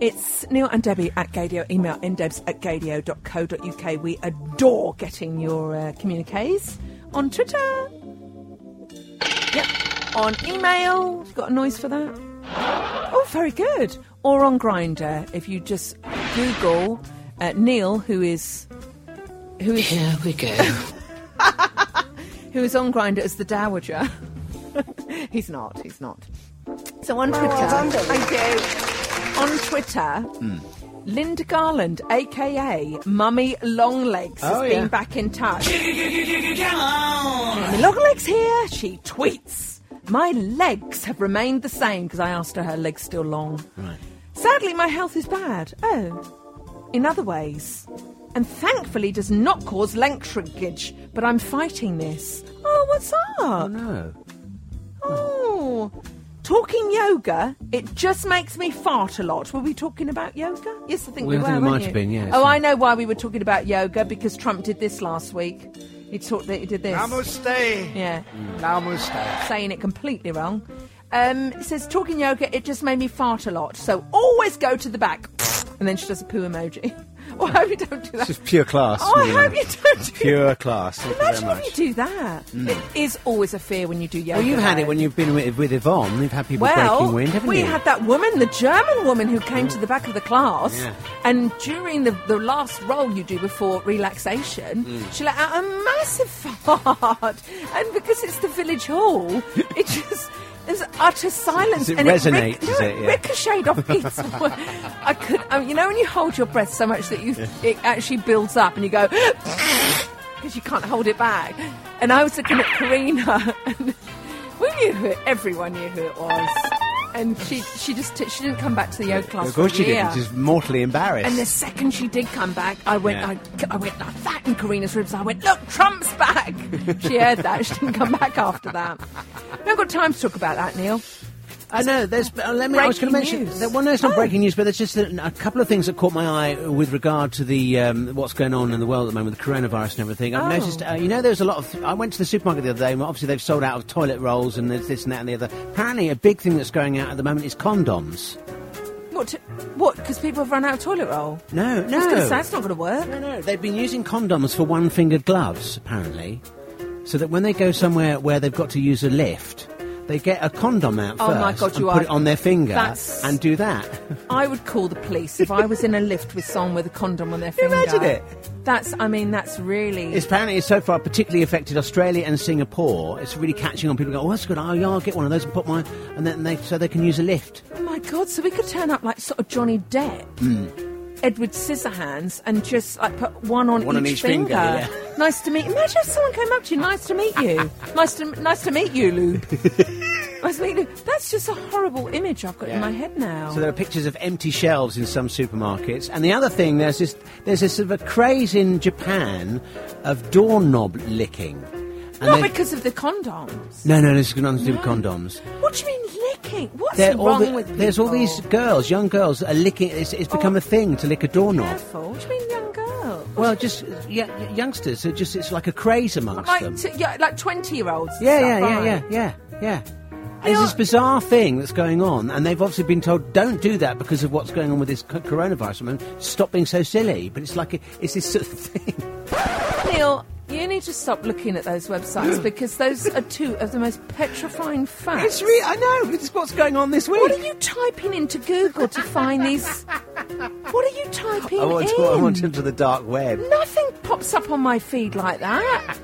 It's Neil and Debbie at Gadio. Email ndebs at gadio.co.uk. We adore getting your uh, communiques on Twitter. Yep. On email. Have you got a noise for that? Oh, very good. Or on Grinder. If you just Google uh, Neil, who is. Who is Here we go. who is on Grinder as the Dowager. he's not, he's not. So on Twitter. done, Debbie. thank you. On Twitter. Hmm. Linda Garland, aka Mummy Longlegs, has Oh, yeah. been back in touch. Come on. Mummy Longlegs here, she tweets. My legs have remained the same because I asked her her legs still long. Right. Sadly, my health is bad. Oh, in other ways. And thankfully does not cause length shrinkage, but I'm fighting this. Oh, what's up? Oh, no. Oh, talking yoga, it just makes me fart a lot. Were we talking about yoga? Yes, I think we, Well, were. I think it weren't might you? have been, yes. Oh, I know why we were talking about yoga because Trump did this last week. He taught that he did this. Namaste. Yeah. Namaste. Saying it completely wrong. Um, it says talking yoga. It just made me fart a lot. So always go to the back. And then she does a poo emoji. Well, I hope you don't do that. This is pure class. Oh, I Mia. hope you don't do Pure that. class. Thank you Imagine very much. if you do that. Mm. It is always a fear when you do yoga. Well, Oh, you've had though. it when you've been with, with Yvonne. You've had people well, breaking wind, haven't we you? had that woman, the German woman, who came to the back of the class, Yeah. and during the, the last roll you do before relaxation, Mm. she let out a massive fart, and because it's the village hall, it just there's utter silence. Does it and resonate, ric- does no, it? Yeah. ricocheted off Pete's. I could, um, you know, when you hold your breath so much that you it actually builds up, and you go. Because you can't hold it back. And I was looking at Karina, and we knew who it, everyone knew who it was. And she she just t- she didn't come back to the yoga class. Of course for a you year. didn't. She's mortally embarrassed. And the second she did come back, I went Yeah. I, I went like that in Karina's ribs. I went, look, Trump's back. she heard that. She didn't come back after that. We haven't got time to talk about that, Neil. I know. There's. Uh, let me. I was Breaking going to mention news. Oh. that. Well, no, it's not breaking news, but there's just a, a couple of things that caught my eye with regard to the um, what's going on in the world at the moment with coronavirus and everything. I've Oh. noticed. Uh, you know, there's a lot of. I went to the supermarket the other day, and obviously they've sold out of toilet rolls and there's this and that and the other. Apparently, a big thing that's going out at the moment is condoms. What? To, what? Because people have run out of toilet roll. No, I was no. gonna say, that's not going to work. No, no. They've been using condoms for one-fingered gloves, apparently, so that when they go somewhere where they've got to use a lift. They get a condom out Oh first my God, and you put are- it on their finger That's- and do that. I would call the police if I was in a lift with someone with a condom on their finger. Imagine it. That's. I mean, that's really. It's apparently so far particularly affected Australia and Singapore. It's really catching on. People go, "Oh, that's good. Oh, yeah, I'll get one of those and put mine," and then they so they can use a lift. Oh my god! So we could turn up like sort of Johnny Depp, Hmm. Edward Scissorhands, and just like put one on, One each, on each finger, Nice to meet. Imagine if someone came up to you. Nice to meet you. nice to nice to meet you, Lou. nice to meet you. That's just a horrible image I've got in Yeah. my head now. So there are pictures of empty shelves in some supermarkets. And the other thing, there's this there's this sort of a craze in Japan of doorknob licking. And Not they- because of the condoms. no, no, this is nothing to do with condoms. What do you mean licking? What's There- all wrong the- with there's all people? Oh. these girls, young girls, that are licking. It's, it's become a thing to lick a doorknob. Careful. What do you mean young girl? Well, just yeah, youngsters. It just it's like a craze amongst them. Like t- yeah, like twenty year olds. Yeah, yeah, yeah, yeah, yeah, yeah. There's this bizarre thing that's going on, and they've obviously been told, "Don't do that because of what's going on with this co- coronavirus." I mean, stop being so silly. But it's like a, it's this sort of thing. Neil, you need to stop looking at those websites because those are two of the most petrifying facts. It's re- I know. It's what's going on this week. What are you typing into Google to find these? What are you typing I want, in? to, I want into the dark web. Nothing pops up on my feed like that.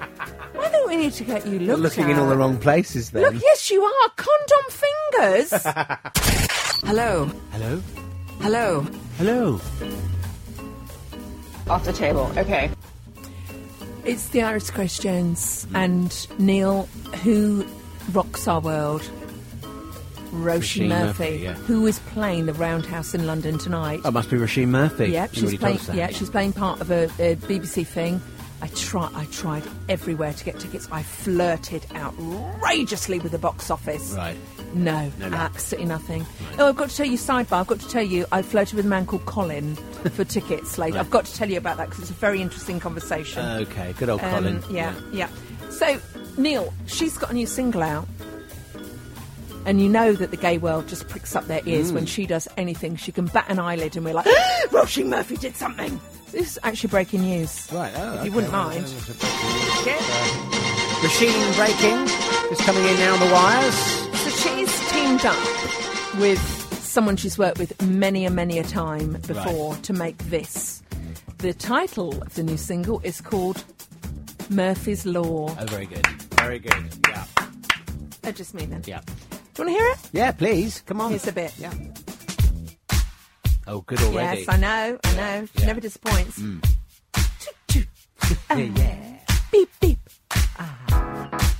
I think we need to get you You're looked looking at. in all the wrong places. Then. Look, yes, you are. Condom fingers. Hello. Hello. Hello. Hello. Off the table. Okay. It's the Irish Grace Jones Mm. and Neil, who rocks our world. Roshi Murphy, Roisin Murphy, yeah. who is playing the Roundhouse in London tonight. Oh, it must be Rasheed Murphy. Yep, You she's already told playing. us that. Yeah, she's playing part of a, a BBC thing. I try. I tried everywhere to get tickets. I flirted outrageously with the box office. Right. No, No, no. absolutely nothing. Oh, I've got to tell you sidebar. I've got to tell you, I flirted with a man called Colin for tickets later. Right. I've got to tell you about that because it's a very interesting conversation. Okay, good old Um, Colin. Yeah, yeah, So, Neil, she's got a new single out. And you know that the gay world just pricks up their ears Mm. when she does anything. She can bat an eyelid, and we're like, Roshi Murphy did something. This is actually breaking news. Right, oh, If okay, you wouldn't well, mind. Machine breaking is coming in now on the wires. So she's teamed up with someone she's worked with many and many a time before to make this. The title of the new single is called Murphy's Law. Oh, very good. Very good. Yeah. I just mean that. Yeah. Do you want to hear it? Yeah, please. Come on. Here's a bit. Yeah. Oh, good already. Yes, I know, I know. She never disappoints. Mm. Ah, Yeah, yeah. Beep, beep. Ah.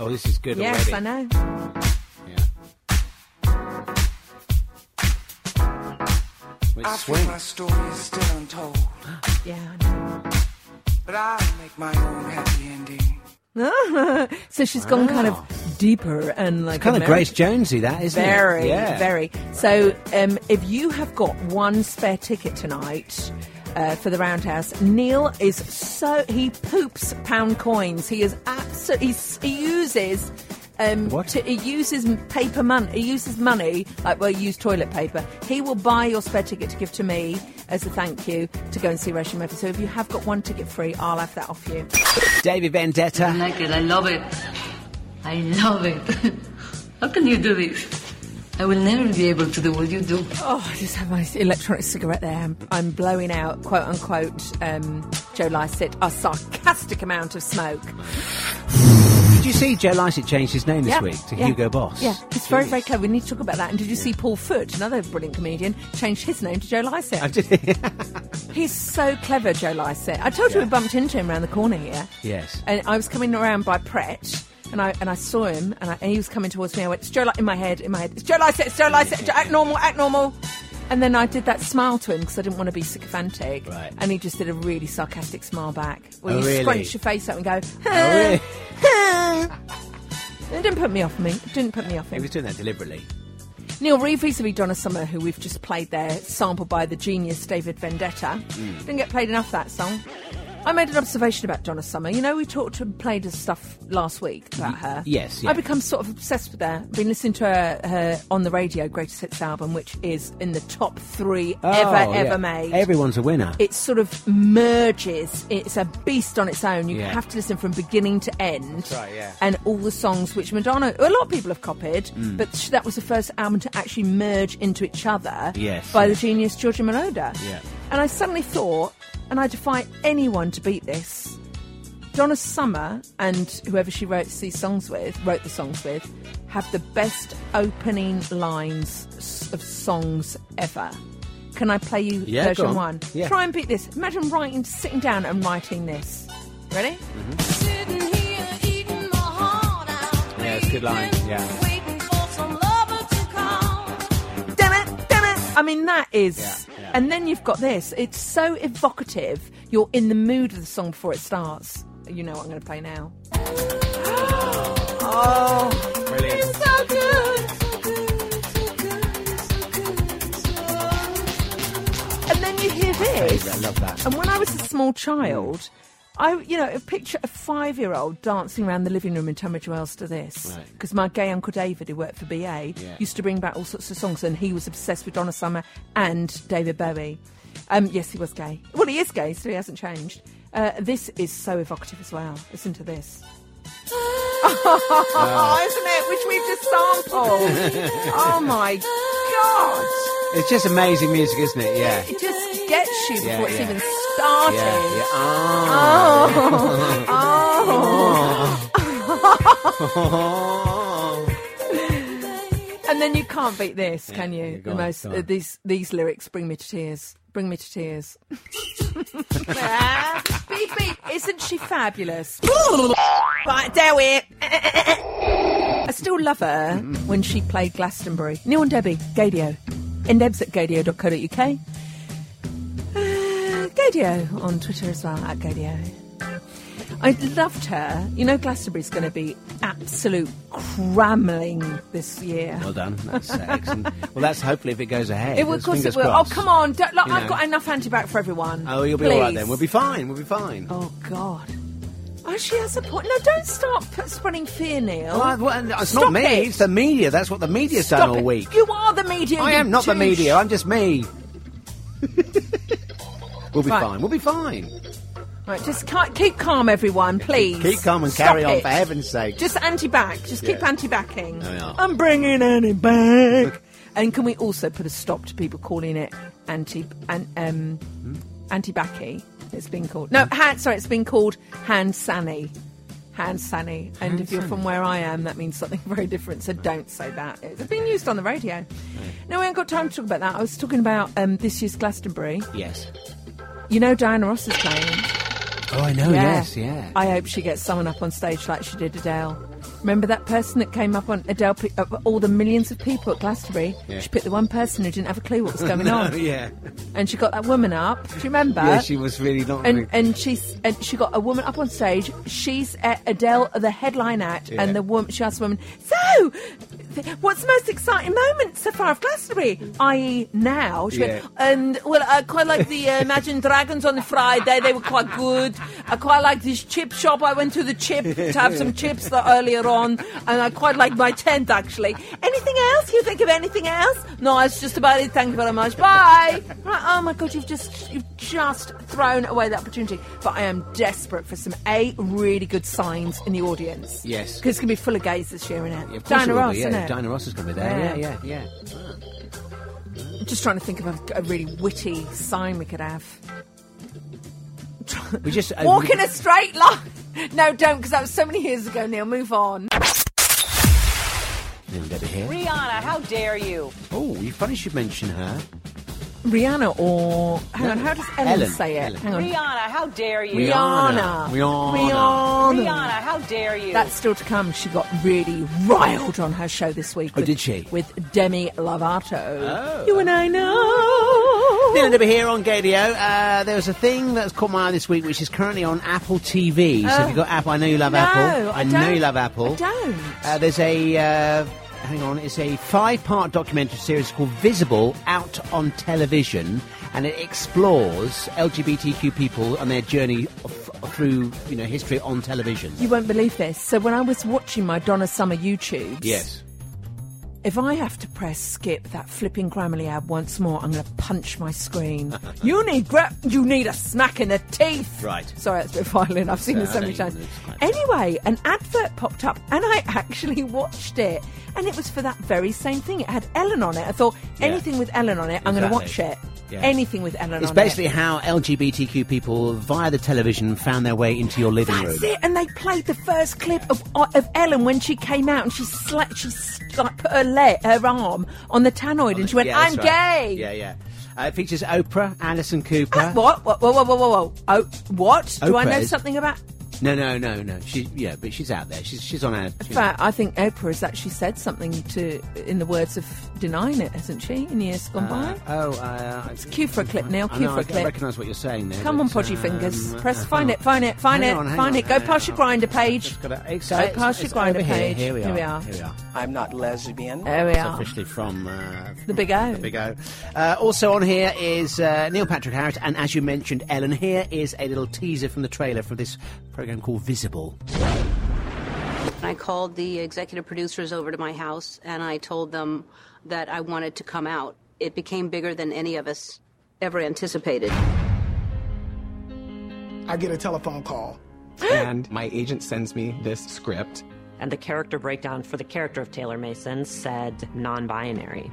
Oh, this is good yes, already. I know. It's I swing. feel my story is still untold. yeah, I know. But I'll make my own happy ending. so she's gone kind of deeper and like Ah. It's kind of Ameri- Grace Jonesy, that, isn't very, it? Yeah. very. So, um, if you have got one spare ticket tonight uh, for the Roundhouse, Neil is so he poops pound coins. He is absolutely he uses Um, To, he uses m- paper money. He uses money like well, use toilet paper. He will buy your spare ticket to give to me as a thank you to go and see Rachel Murphy. So if you have got one ticket free, I'll have that off you. David Vendetta. I like it. I love it. I love it. How can you do this? I will never be able to do what you do. Oh, I just have my electronic cigarette there. I'm, I'm blowing out, quote unquote, um, Joe Lycett, a sarcastic amount of smoke. Did you see Joe Lycett changed his name this Yeah, week to yeah. Hugo Boss? Yeah, it's very, very clever. We need to talk about that. And did you see Paul Foot, another brilliant comedian, changed his name to Joe Lycett? I did. He's so clever, Joe Lycett. I told you we bumped into him around the corner here. Yes. And I was coming around by Pret. And I, and I saw him, and, I, and he was coming towards me. I went, it's Joe Lycett, in my head, in my head, it's Joe Lycett, it's Joe Lycett, Jo- act normal, act normal. And then I did that smile to him because I didn't want to be sycophantic. Right. And he just did a really sarcastic smile back. Where Oh, you really? Oh, scrunch your face up and go, Um, really? It didn't put me off me. It didn't put me off He him. was doing that deliberately. Neil Reeve vis-a-vis Donna Summer, who we've just played there, sampled by the genius David Vendetta. Mm. Didn't get played enough that song. I made an observation about Donna Summer. You know, we talked and played her stuff last week about her. yes, yeah. I become sort of obsessed with her. Been listening to her, her on the radio Greatest Hits album, which is in the top three ever, Oh, yeah. ever made. Everyone's a winner. It sort of merges. It's a beast on its own. You Yeah. have to listen from beginning to end. That's right, yeah. And all the songs which Madonna, a lot of people have copied, Mm. but sh- that was the first album to actually merge into each other Yes, by yeah. the genius Giorgio Moroder. Yeah. And I suddenly thought, and I defy anyone to beat this. Donna Summer and whoever she wrote these songs with, wrote the songs with, have the best opening lines s- of songs ever. Can I play you Yeah, version go on. one? Yeah. Try and beat this. Imagine writing, sitting down and writing this. Ready? Mm-hmm. Yeah, it's a good line. Yeah. Damn it! Damn it! I mean, that is. And then you've got this. It's so evocative. You're in the mood of the song before it starts. You know what I'm going to play now. oh, Brilliant. so good. And then you hear this. Favourite, I love that. And when I was a small Mm. child, I, you know, picture a five-year-old dancing around the living room in Tunbridge Wells to this. Right. Because my gay uncle David, who worked for BA, used to bring back all sorts of songs, and he was obsessed with Donna Summer and David Bowie. Um, yes, he was gay. Well, he is gay, so he hasn't changed. Uh, this is so evocative as well. Listen to this. Isn't it? Which we've just sampled. oh my god! It's just amazing music, isn't it? Yeah. It just gets you before Yeah, it's yeah. even started. Yeah, yeah. Oh. Oh. Oh. And then you can't beat this, can you? go the on, most go uh, on. these these lyrics bring me to tears. Bring me to tears. beep beep. Isn't she fabulous? right, there we. I still love her when she played Glastonbury. Neil and Debbie, Gadio. In Debs at gadio.co.uk. Uh, Gadio on Twitter as well, at Gadio. I loved her. You know, Glastonbury's going to be absolute cramming this year. Well done. That's uh, excellent. Well, that's hopefully if it goes ahead. It will, of That's course, it fingers will. crossed. Oh, come on. Don't, look, You I've know. got enough antibiotic for everyone. Oh, you'll be all right then. We'll be fine. We'll be fine. Oh, God. Oh, she has a point. No, don't start p- spreading fear, Neil. Well, I- well, it's Stop not me. it. It's the media. That's what the media's Stop Oh, done all it. week. You are the media. I you am not the douche. media. I'm just me. we'll be Right. fine. We'll be fine. Right, just ca- keep calm, everyone, please. Keep calm and Stop carry on, it. for heaven's sake. Just anti-back. Just keep Yeah. anti-backing. There we are. I'm bringing Annie back. and can we also put a stop to people calling it anti an, um, anti-backy? It's been called no. Hand, sorry, it's been called hand sani. Hand sani. And Hand if you're sanny. from where I am, that means something very different. So don't say that. It's been used on the radio. No, we haven't got time to talk about that. I was talking about um, this year's Glastonbury. Yes. You know, Diana Ross is playing. Oh, I know. Yeah. Yes. Yeah. I hope she gets someone up on stage like she did Adele. Remember that person that came up on Adele, pe- of all the millions of people at Glastonbury? Yeah. She picked the one person who didn't have a clue what was going No, on. Oh, Yeah. And she got that woman up. Do you remember? yeah. She was really not. and and she's and she got a woman up on stage. She's uh, Adele, the headline act, Yeah. and the woman she asked the woman, "So, everything. What's the most exciting moment so far of Glastonbury? I.e., now. She Yeah. went, and well, I quite like the uh, Imagine Dragons on Friday. They were quite good. I quite like this chip shop. I went to the chip to have some chips that earlier on, and I quite like my tent actually. Anything else? You think of anything else? No, that's just about it. Thank you very much. Bye. Right, oh my God, you've just you've just thrown away that opportunity. But I am desperate for some a really good signs in the audience. Yes. because it's gonna be full of gays this year, isn't it? Of course Diana it will Ross, be, yeah. isn't it? Diana Ross is going to be there. Yeah, yeah, yeah. I'm Just trying to think of a, a really witty sign we could have. We just uh, Walk we- in a straight line. No, don't, because that was so many years ago. Now move on. Little Debbie here. Rihanna, how dare you? Oh, you funny should mention her. Rihanna or hang No, on, how does Ellen, Ellen, say it? Ellen. Hang on. Rihanna, how dare you? Rihanna. Rihanna. Rihanna, how dare you? That's still to come. She got really riled on her show this week. Oh, did she? With Demi Lovato. Oh. You and I know. Dylan Debbie here on Gadio. Uh, there was a thing that's caught my eye this week, which is currently on Apple TV. So if Oh. you've got Apple, I know you love No, Apple. I know don't. you love Apple. I don't. Uh, there's a uh, hang on. It's a five-part documentary series called Visible out on television, and it explores LGBTQ people and their journey of, through you know history on television. You won't believe this. So when I was watching my Donna Summer YouTube, Yes. if I have to press skip that flipping Grammarly ad once more, I'm going to punch my screen. you need gra- you need a smack in the teeth. Right. Sorry, that's a bit violent. I've seen Yeah, this so I many don't times. even know Anyway, an advert popped up, and I actually watched it, and it was for that very same thing. It had Ellen on it. I thought anything with Ellen on it, I'm going to watch Exactly. it. Yeah. Anything with Ellen It's on basically it. how LGBTQ people via the television found their way into your living room. That's it, and they played the first clip of uh, of Ellen when she came out, and she sla- she sla- like put her leg, her arm on the tannoid, and she went, Yeah, "I'm that's right. gay." Yeah, yeah. Uh, it features Oprah, Alison Cooper. What? Whoa, whoa, whoa, whoa, whoa! Oh, what? Do I Oprah know is- something about? No, no, no, no. She, yeah, but she's out there. She's she's on our. In fact, I think Oprah has actually said something to, in the words of denying it, hasn't she? In years gone by. oh, uh, it's Cue for a clip, Neil. I Cue know, for I a clip. recognise what you're saying there. Come but, on, podgy um, fingers. uh, Press, hang find on. it, find it, find Hang it, on, hang find on, it. Go hang past your grinder page. it's- Go past your it's grinder over here. page. Here we are. Here Here we are. I'm not lesbian. There we It's are. officially from uh, The Big O. The Big O. Uh, also on here is uh, Neil Patrick Harris, and as you mentioned, Ellen. Here is a little teaser from the trailer for this program called Visible. And I called the executive producers over to my house and I told them that I wanted to come out. It became bigger than any of us ever anticipated. I get a telephone call. and my agent sends me this script. And the character breakdown for the character of Taylor Mason said non binary.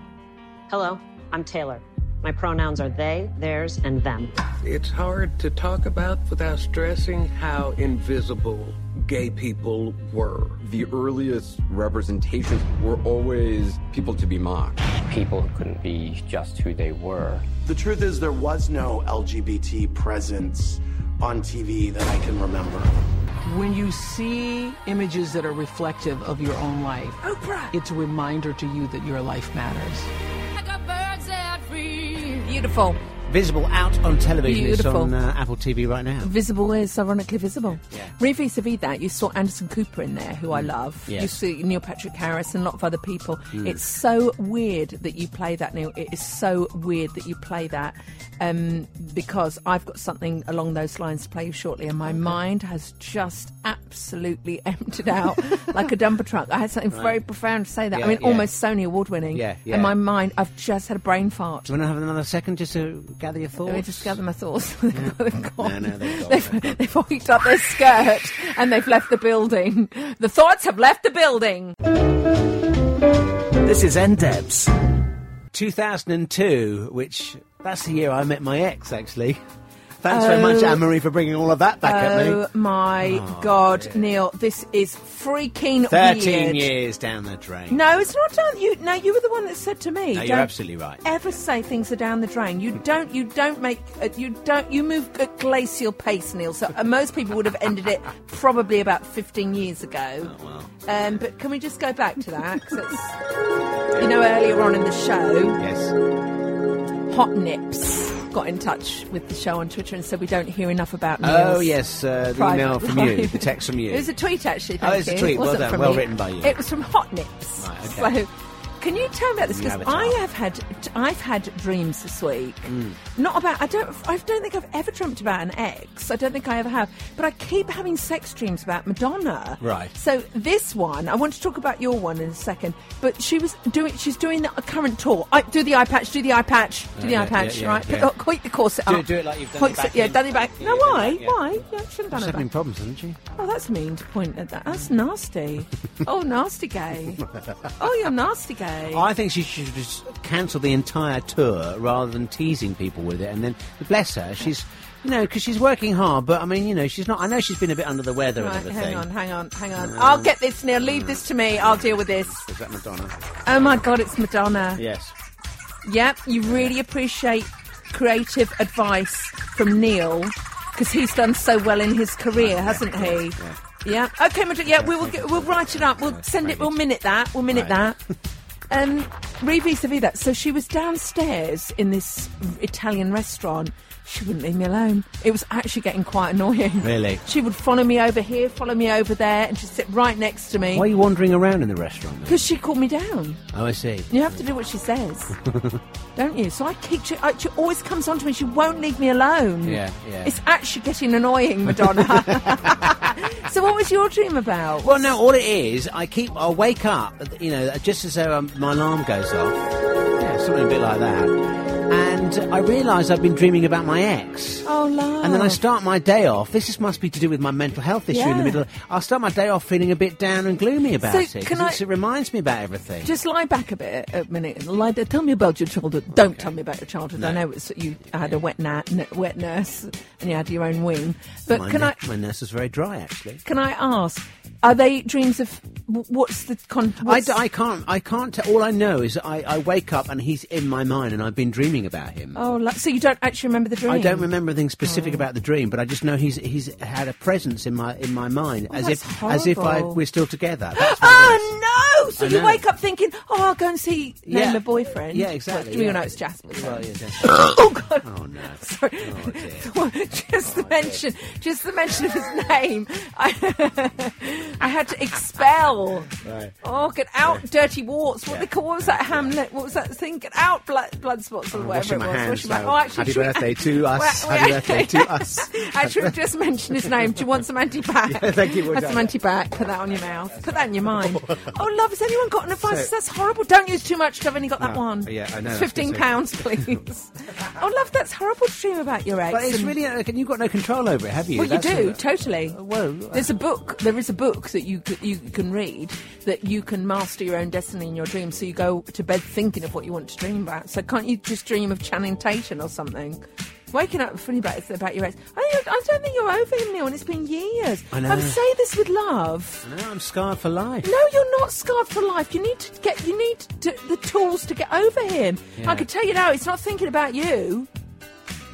Hello, I'm Taylor. My pronouns are they, theirs, and them. It's hard to talk about without stressing how invisible gay people were. The earliest representations were always people to be mocked. People who couldn't be just who they were. The truth is, there was no LGBT presence on TV that I can remember. When you see images that are reflective of your own life, Oprah. it's a reminder to you that your life matters. Beautiful. Visible out on television. Beautiful. It's on uh, Apple TV right now. Visible is ironically visible. Really vis-a-vis that, you saw Anderson Cooper in there, who I love. Mm. Yes. You see Neil Patrick Harris and a lot of other people. Mm. It's so weird that you play that, Neil. It is so weird that you play that um, because I've got something along those lines to play you shortly, and my mind has just absolutely emptied out like a dumper truck. I had something Right. very profound to say that. I Yeah, mean, yeah. almost Sony award-winning. Yeah, yeah. And my mind, I've just had a brain fart. Do you want to have another second just to gather your thoughts? Let me just gather my thoughts. They've gone. no, they've gone, They've, they've hiked up their skirt and they've left the building. The thoughts have left the building. This is NDebs. 2002, which that's the year I met my ex, actually. Thanks very Oh. much, Anne Marie, for bringing all of that back oh at me. my God, Neil, this is freaking 13 weird. years down the drain. No, it's not down. You no, you were the one that said to me. No, you're don't absolutely right. Ever say things are down the drain. You don't. You don't make. Uh, you don't. You move at glacial pace, Neil. So uh, most people would have ended it probably about 15 years ago. Oh, Um, but can we just go back to that? 'Cause it's- you know, earlier on in the show, yes, hot nips. got in touch with the show on Twitter and said we don't hear enough about Neil's Oh, yes, uh, the private email from you, life. the text from you. It was a tweet, actually. Oh, Thank it's a you. tweet. It Well wasn't done. from Well me. written by you. It was from Hot Nips. Right, okay. So, can you tell me about this? New Because avatar. I have had I've had dreams this week. Mm. Not about I don't I don't think I've ever dreamt about an ex. I don't think I ever have. But I keep having sex dreams about Madonna. Right. So this one, I want to talk about your one in a second. But she was doing she's doing the current tour. I, do the eye patch. Do the eye patch. Do Oh, the yeah, eye patch. yeah, yeah, right. Put- yeah. oh, Quite the corset Do up. it- do it like you've done Quite it so- back Yeah, in. done it back. Yeah, no, yeah, done why? it back, yeah. Why? Yeah, shouldn't have done She's it back. having problems, isn't she? Oh, that's mean to point at that. That's nasty. Oh, nasty gay. Oh, you're nasty gay. I think she should just cancel the entire tour rather than teasing people with it. And then, bless her, she's, you know, because she's working hard, but I mean, you know, she's not, I know she's been a bit under the weather Right, and everything. hang on, hang on, hang on. I'll get this, Neil. Leave this to me. I'll deal with this. Is that Madonna? Oh my God, it's Madonna. Yes. Yep, you really appreciate creative advice from Neil because he's done so well in his Oh, career, hasn't he? Yeah. Yeah. Okay, Madonna. Yeah, we will. Get, we'll write it up. We'll send it. We'll minute that. We'll minute that. Right. Um, re vis-a-vis that. So she was downstairs in this Italian restaurant. She wouldn't leave me alone. It was actually getting quite annoying. Really? She would follow me over here, follow me over there, and she'd sit right next to Why are me you wandering around in the restaurant? then? because she called me down. Oh, I see. You have to do what she says, don't you? So I keep. She, I, she always comes on to me. She won't leave me alone. Yeah, yeah. It's actually getting annoying, Madonna. so what was your dream about? Well, no, all it is, I keep, I wake up, you know, just as though um, my alarm goes off. Yeah, something a bit like that. And I realise I've been dreaming about my ex. Oh, love. And then I start my day off. This is, must be to do with my mental health issue in the Yeah. middle. I'll start my day off feeling a bit down and gloomy about So it. 'cause can I- it's- It reminds me about everything. Just lie back a bit, a minute. and Lie there. Tell me about your childhood. Don't tell me about your childhood. I know it's you had a wet na- n- wet nurse, and you had your own wing. But my, can nu- I my nurse was very dry, actually. can I ask? Are they dreams of wh- what's the con? I, What's, d- I can't. I can't. T- all I know is that I, I wake up and he's in my mind, and I've been dreaming about him. oh, like, so you don't actually remember the dream? I don't remember anything specific about the dream, but I just know he's he's had a presence in my in my mind, as if Oh, that's as if I horrible. we're still together. That's what it is. Oh no! So I you know. wake up thinking, "Oh, I'll go and see name Yeah. a boyfriend." Yeah, exactly, Well, we yeah. all know it's Jasper. Well, yeah, that's- oh God! Oh no! Sorry. just the mention, just the mention of his name, I, I had to expel. Right. Oh, get out, dirty warts! What Yeah. they call what was that Hamlet? What was that thing? Get out, blood, blood spots or I'm whatever washing it was. my hands. Washing my- so oh, actually, happy should we- birthday to us! Well, happy we- birthday to us! I should have just mentioned his name. Do you want some anti back? Yeah, thank you, we'll Have do some that. anti back. Put that on your mouth. Put that in your mind. Oh, love, has anyone got an advice? That's horrible. Don't use too much. 'cause I've only got that No. one. Yeah, I It's know, that's Fifteen what pounds, please. oh, love, that's horrible to dream about your ex. But it's and- really uh, you've got no control over it, have you? well, you That's Uh, do all- totally. There's a book. There is a book that you c- you can read that you can master your own destiny in your dreams. So you go to bed thinking of what you want to dream about. So can't you just dream of Channing Tatum or something? Waking up funny about it's about your ex. I don't, I don't think you're over him, Neil, and it's been years. I know. would say this with love. No, I'm scarred for life. No, you're not scarred for life. You need to get you need to, the tools to get over him. Yeah. I could tell you now, it's not thinking about you.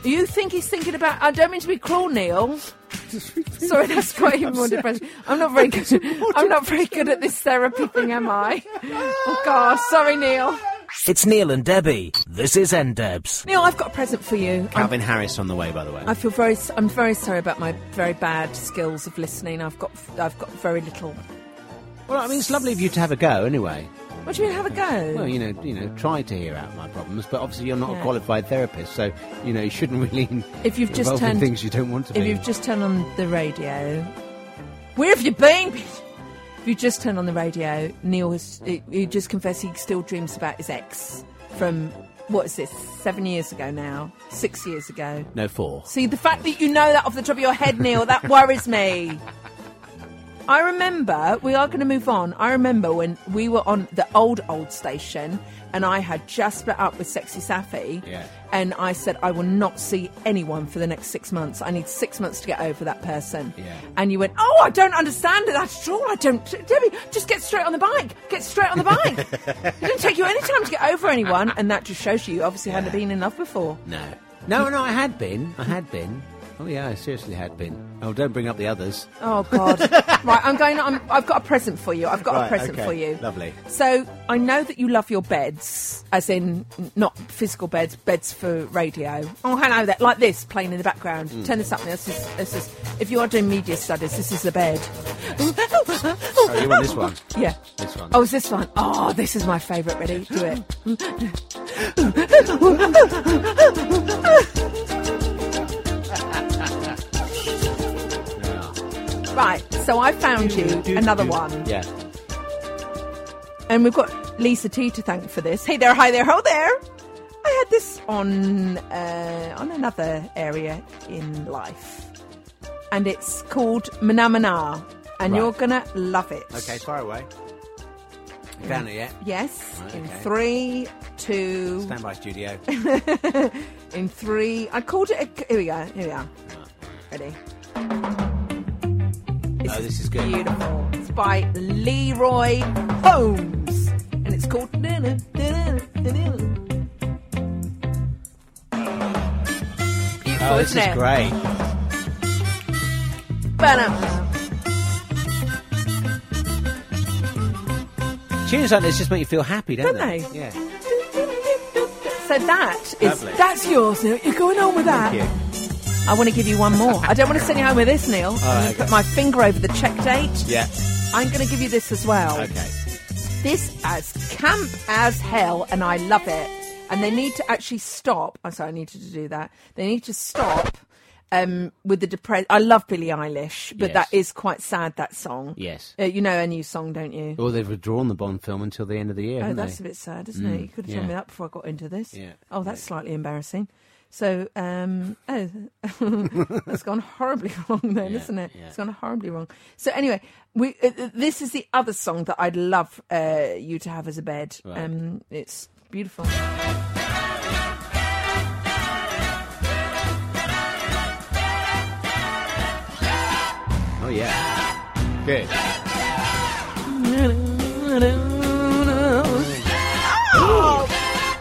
You think he's thinking about? I don't mean to be cruel, Neil. Sorry, that's quite even more depressing. I'm not very good. I'm not very good at this therapy thing, am I? Oh God, sorry, Neil. It's Neil and Debbie. This is NDebs. Neil, I've got a present for you. I'm- Calvin Harris on the way, by the way. I feel very. s- I'm very sorry about my very bad skills of listening. I've got. I've got very little. Well, I mean, it's lovely of you to have a go, anyway. What do you mean? Have a go. Well, you know, you know, try to hear out my problems, but obviously you're not Yeah. a qualified therapist, so you know you shouldn't really If you've just involve in turned- things you don't want to If be. you've just turned on the radio, where have you been? If you just turned on the radio, Neil has he- he just confessed he still dreams about his ex from what is this? Seven years ago now, six years ago. no four. See the fact that you know that off the top of your head, Neil, that worries me. I remember we are going to move on. I remember when we were on the old old station, and I had just split up with Sexy Safi. Yeah. And I said, I will not see anyone for the next six months. I need six months to get over that person. Yeah. And you went, Oh, I don't understand it at all. I don't. Debbie, just get straight on the bike. Get straight on the bike. it didn't take you any time to get over anyone. And that just shows you, you obviously hadn't been in love before. No, no, no. I had been. I had been. Oh, yeah, I seriously had been. Oh, don't bring up the others. Oh God! right, I'm going. I'm, I've got a present for you. I've got Right, a present okay, for you. lovely. So I know that you love your beds, as in n- not physical beds, beds for radio. Oh, hello, that like this playing in the background. Mm. Turn this up. This is this is. If you are doing media studies, this is the bed. Oh, you want this one? Yeah. This one. Oh, is this one? Oh, this is my favourite. Ready? Do it. Right, so I found you another one. Yeah. And we've got Lisa T to thank for this. Hey there, hi there, ho there. I had this on uh, on another area in life, and it's called Manamana, and Right. you're gonna love it. Okay, far away. You found it yet? Yes. Right, In okay. three, two. Stand by, studio. in three. I called it. A, here we go. Here we are. Ready. oh, this is good. Beautiful. It's by Leroy Holmes, and it's called. Nana, Nana, Nana. Oh, this isn't is it? great. Banner. Tunes like this just make you feel happy, don't, Don't they? Yeah. So that is Lovely. that's yours, Neil. You're going on with that. Thank you. I want to give you one more. I don't want to send you home with this, Neil. I'm going right, to put my finger over the check date. Yeah. I'm going to give you this as well. Okay. This as camp as hell, and I love it. And they need to actually stop. I'm sorry, I needed to do that. They need to stop um, with the depress. I love Billie Eilish, but Yes. that is quite sad. That song. Yes. Uh, you know her new song, don't you? Well, they've withdrawn the Bond film until the end of the year. Oh, haven't that's they? a bit sad, isn't it? Mm, You could have yeah. told me that before I got into this. Yeah. Oh, that's slightly embarrassing. So, um, oh, that's gone horribly wrong then, isn't it? It's gone horribly wrong. So anyway, we uh, uh, this is the other song that I'd love uh, you to have as a bed. Right. Um, it's beautiful. Oh, yeah. Good.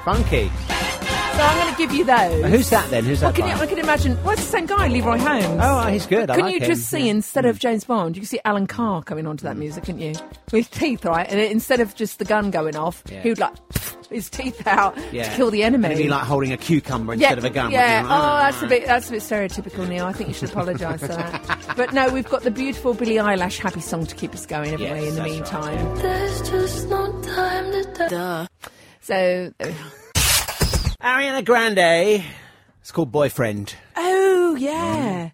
Funky. So I'm going to give you those. Who's that then? Who's Well, that can you, by? I can imagine. Well, it's the same guy, Leroy Holmes. Oh, he's good. I Couldn't like you just him. Mm. see instead of James Bond, you could see Alan Carr coming onto that music, couldn't you? With his teeth, right? And it- instead of just the gun going off, Yeah. he would like his teeth out to kill the It'd enemy. be like holding a cucumber yeah, instead of a gun. yeah. wouldn't it? Oh, that's a bit that's a bit stereotypical, Neil. I think you should apologise for that. But no, we've got the beautiful Billie Eilish happy song to keep us going, haven't Yes, we? In the that's right, meantime, There's just no time to duh. so Ariana Grande. It's called Boyfriend. Oh yeah.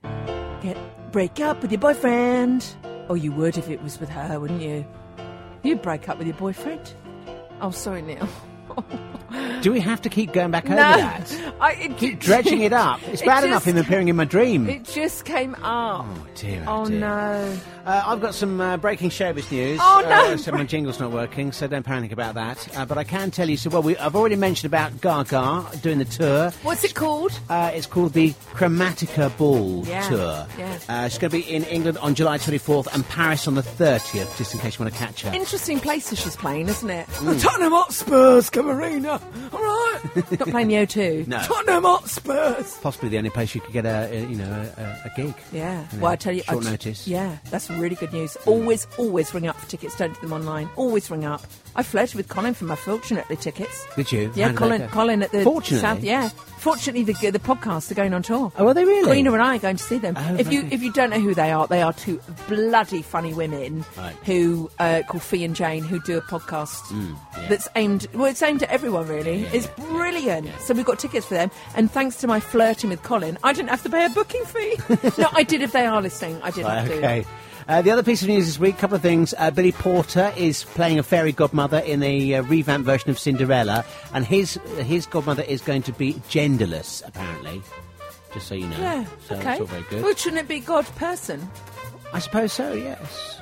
Get break up with your boyfriend. Oh you would if it was with her, wouldn't you? You'd break up with your boyfriend. Oh sorry, Neil. Do we have to keep going back over no. that? I, it, Keep dredging it up. It's It bad just- enough him appearing in my dream. It just came up. oh, dear. Oh, dear. no. Uh, I've got some uh, breaking showbiz news. Oh, Uh, no. so my jingle's not working, so don't panic about that. Uh, but I can tell you. So, well, we, I've already mentioned about Gaga doing the tour. What's it called? Uh, it's called the Chromatica Ball Yeah, Tour. yeah. Uh, she's going to be in England on July 24th and Paris on the 30th, just in case you want to catch her. Interesting places she's playing, isn't it? Mm. Tottenham Hotspurs, Camarina. All right. Not playing the O2. No. Tottenham Hotspurs. Possibly the only place you could get a, a you know a, a- a gig. Yeah. You know, Well, I tell you, short I t- notice. Yeah, that's really good news. Always, always ring up for tickets. Don't do them online. Always ring up. I flirted with Colin for my fortunately tickets. Did you? How Yeah, did Colin. that go? Colin at the Fortunately? South. Yeah. Fortunately, the the podcasts are going on tour. Oh, are they really? Karina and I are going to see them. Oh, if you right. if you don't know who they are, they are two bloody funny women Right. who uh, called Fee and Jane who do a podcast Mm, yeah. that's aimed well it's aimed at everyone really it's brilliant so we've got tickets for them and thanks to my flirting with colin i didn't have to pay a booking fee no i did if they are listening i did have to Okay. Uh, the other piece of news this week, couple of things. Uh, Billy Porter is playing a fairy godmother in a uh, revamped version of Cinderella, and his his godmother is going to be genderless, apparently. Just so you know. yeah so okay It's all very good. well shouldn't it be god person I suppose so. Yes.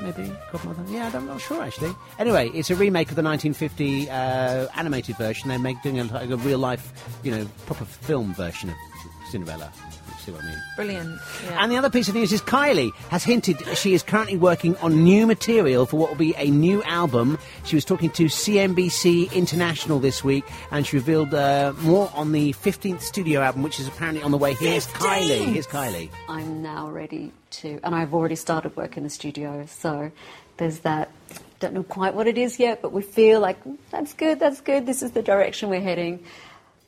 Maybe Godmother. Yeah, I don't- I'm not sure actually. Anyway, it's a remake of the 1950 uh, animated version. They're making doing a, like a real life, you know, proper film version of Cinderella. See what I mean? Brilliant. And the other piece of news is Kylie has hinted she is currently working on new material for what will be a new album. She was talking to CNBC International this week, and she revealed uh, more on the 15th studio album, which is apparently on the way. Here's Kylie. Here's Kylie. I'm now ready to, and I've already started work in the studio, so there's that. Don't know quite what it is yet, but we feel like that's good, that's good, this is the direction we're heading.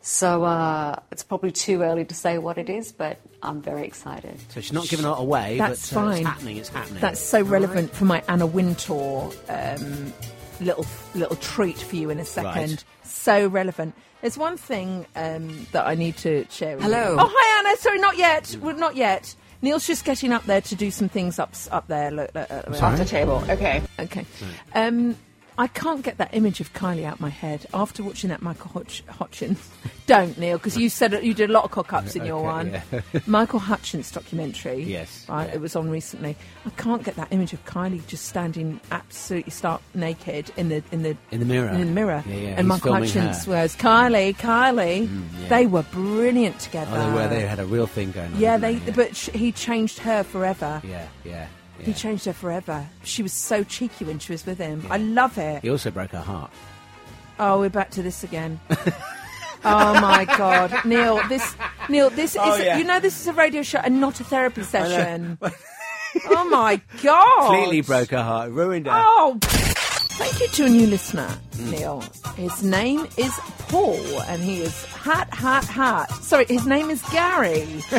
So uh, it's probably too early to say what it is, but I'm very excited. So she's not giving it away, That's but uh, fine. it's happening. It's happening. That's so relevant for my Anna Wintour um, little little treat for you in a second. Right. So relevant. There's one thing um, that I need to share. With Hello. You. Oh hi Anna. Sorry, not yet. Well, not yet. Neil's just getting up there to do some things up up there. Look, look, look, look. Off the table. Okay. Okay. Hmm. Um, I can't get that image of Kylie out my head after watching that Michael Hutch- Hutchins. Don't Neil, because you said you did a lot of cock ups in your one. Okay, Michael Hutchins documentary. Yes, Right, it was on recently. I can't get that image of Kylie just standing absolutely stark naked in the in the In the mirror. In the mirror. Yeah, yeah, And he's Michael filming Hutchins her. Mm, was Kylie, Kylie. yeah. They were brilliant together. Oh, they were. They had a real thing going on. yeah, didn't they but sh- he changed her forever. they? Yeah, yeah. yeah. He changed her forever. She was so cheeky when she was with him. I love it. He also broke her heart. Oh, we're back to this again. oh my God, Neil! This, Neil, this Oh, is yeah. you know this is a radio show and not a therapy session. oh my God! Completely broke her heart. Ruined her. Oh, thank you to a new listener, Mm. Neil. His name is Paul, and he is hat, hat, hat. Sorry, his name is Gary.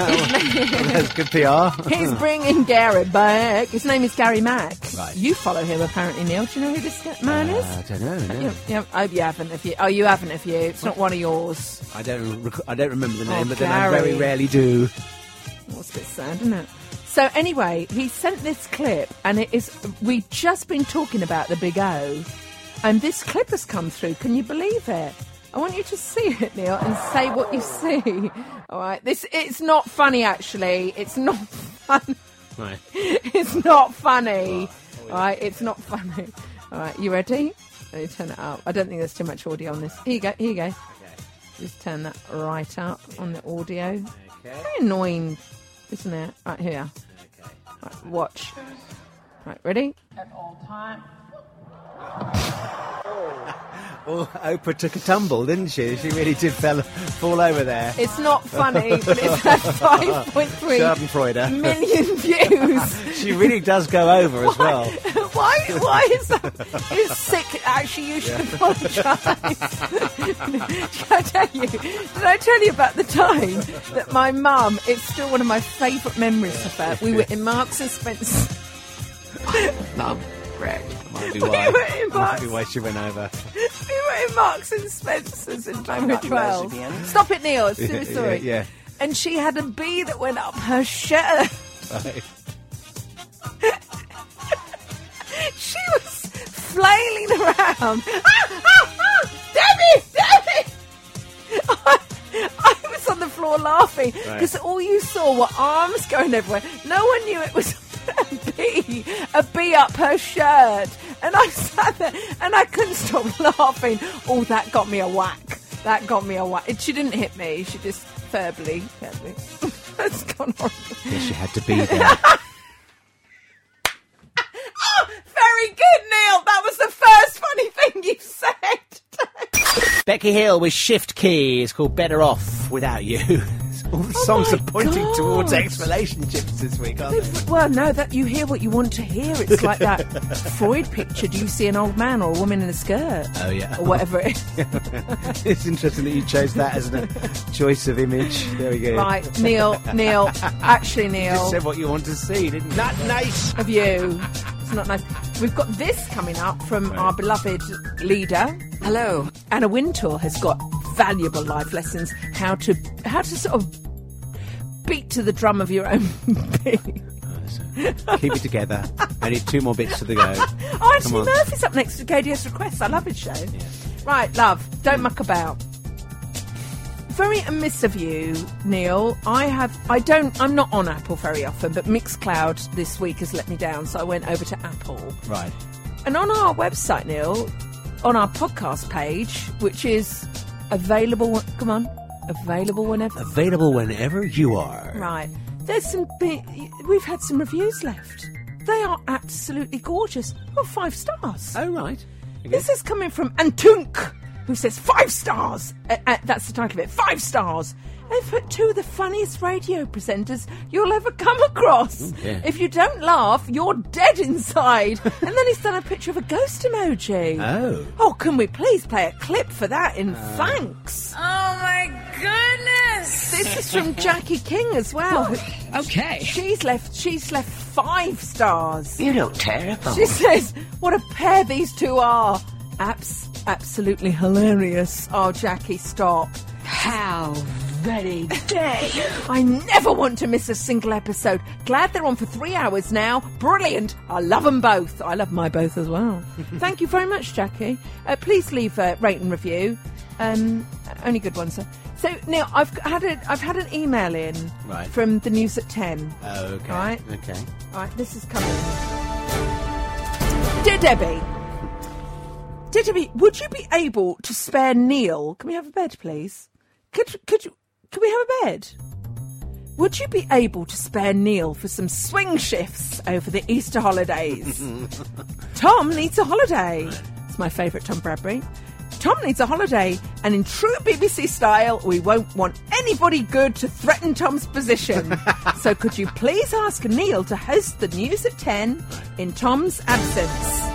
That's good PR. He's bringing Gary back. His name is Gary Mack. Right. Uh, You follow him apparently, Neil. Do you know who this man is? I don't know. no. Yeah, yeah, oh, you haven't, have you? Oh, you haven't, have you? It's not one of yours. I don't. Rec- I don't remember the name, Oh, but then I very Gary. rarely do. Well, it's a bit sad, isn't it? So anyway, he sent this clip, and it is we've just been talking about the Big O, and this clip has come through. Can you believe it? I want you to see it, Neil, and say what you see. All right, this it's not funny actually. It's not fun. Right. It's not funny. All right, it's not funny. All right, you ready? Let me turn it up. I don't think there's too much audio on this. Here you go. Here you go. Just turn that right up on the audio. Very annoying, isn't it? Right here. Right, watch. Right, ready? At all times. Well, Oh, Oprah took a tumble, didn't she? She really did fell, fall over there. It's not funny, but it's had 5.3 Schadenfreude. Million views. she really does go over as well. why? Why is that? It's sick. Actually, you should Yeah. apologise. Can I tell you? Did I tell you about the time that my mum? It's still one of my favourite memories of her. We were in Marks and Spencer. Mum, Greg. Might be We why. were in Might be why she went over. We were in Marks and Spencer's in Primary Not yours 12. Stop it, Neil. It's too sorry. Yeah. And she had a bee that went up her shirt. yeah. Right. She was flailing around. Ah, ah, ah! Debbie! Debbie! I, I was on the floor laughing Right. because all you saw were arms going everywhere. No one knew it was a bee, a bee up her shirt. And I sat there and I couldn't stop laughing. Oh, that got me a whack. That got me a whack. She didn't hit me, she just verbally. verbally. That's gone horrible. Yes, she had to be there. Oh, very good, Neil. That was the first funny thing you said. Becky Hill with Shift Key. It's called Better Off Without You. All the songs are pointing towards God. ex relationships this week, aren't they? Well, no, that you hear what you want to hear. It's like that Freud picture. Do you see an old man or a woman in a skirt? Oh, yeah. Or whatever it is. it's interesting that you chose that as a choice of image. There we go. Right, Neil, Neil, actually, You Neil. just said what you want to see, didn't you? Not nice of you. It's not nice. We've got this coming up from our beloved leader. Hello, Anna Wintour has got valuable life lessons how to how to sort of beat to the drum of your own beat. Keep it together. I need two more bits to the go. Oh, Come actually, on. Murphy's up next to KDS Request. I love his show. Right, love, don't muck about. Very amiss of you, Neil. I have, I don't, I'm not on Apple very often, but Mixcloud this week has let me down, so I went over to Apple. Right. And on our website, Neil, on our podcast page, which is available, come on, Available whenever. Available whenever you are. Right. There's some. Big, we've had some reviews left. They are absolutely gorgeous. Oh, five stars. Oh, right. This is coming from Antunk, who says five stars. Uh, uh, that's the title of it. Five stars. They've put two of the funniest radio presenters you'll ever come across. Ooh, yeah. If you don't laugh, you're dead inside. and then he's done a picture of a ghost emoji. Oh. Oh, can we please play a clip for that in thanks? Oh my goodness! This is from Jackie King as well. okay. She's left she's left five stars. You look terrible. She says, What a pair these two are. Abs- absolutely hilarious. Oh, Jackie, stop. How very day. I never want to miss a single episode. Glad they're on for three hours now. Brilliant. I love them both. I love my both as well. Thank you very much, Jackie. Uh, please leave a rate and review. Um, only good ones. sir. So now I've had a, I've had an email in Right. from the news at ten. Oh, okay. Right. Okay. All right, this is coming. Dear Debbie. Dear Debbie, would you be able to spare Neil? Can we have a bed, please? Could could you? Can we have a bed? Would you be able to spare Neil for some swing shifts over the Easter holidays? Tom needs a holiday. It's my favourite Tom Bradbury. Tom needs a holiday, and in true BBC style, we won't want anybody good to threaten Tom's position. so, could you please ask Neil to host the news at 10 in Tom's absence?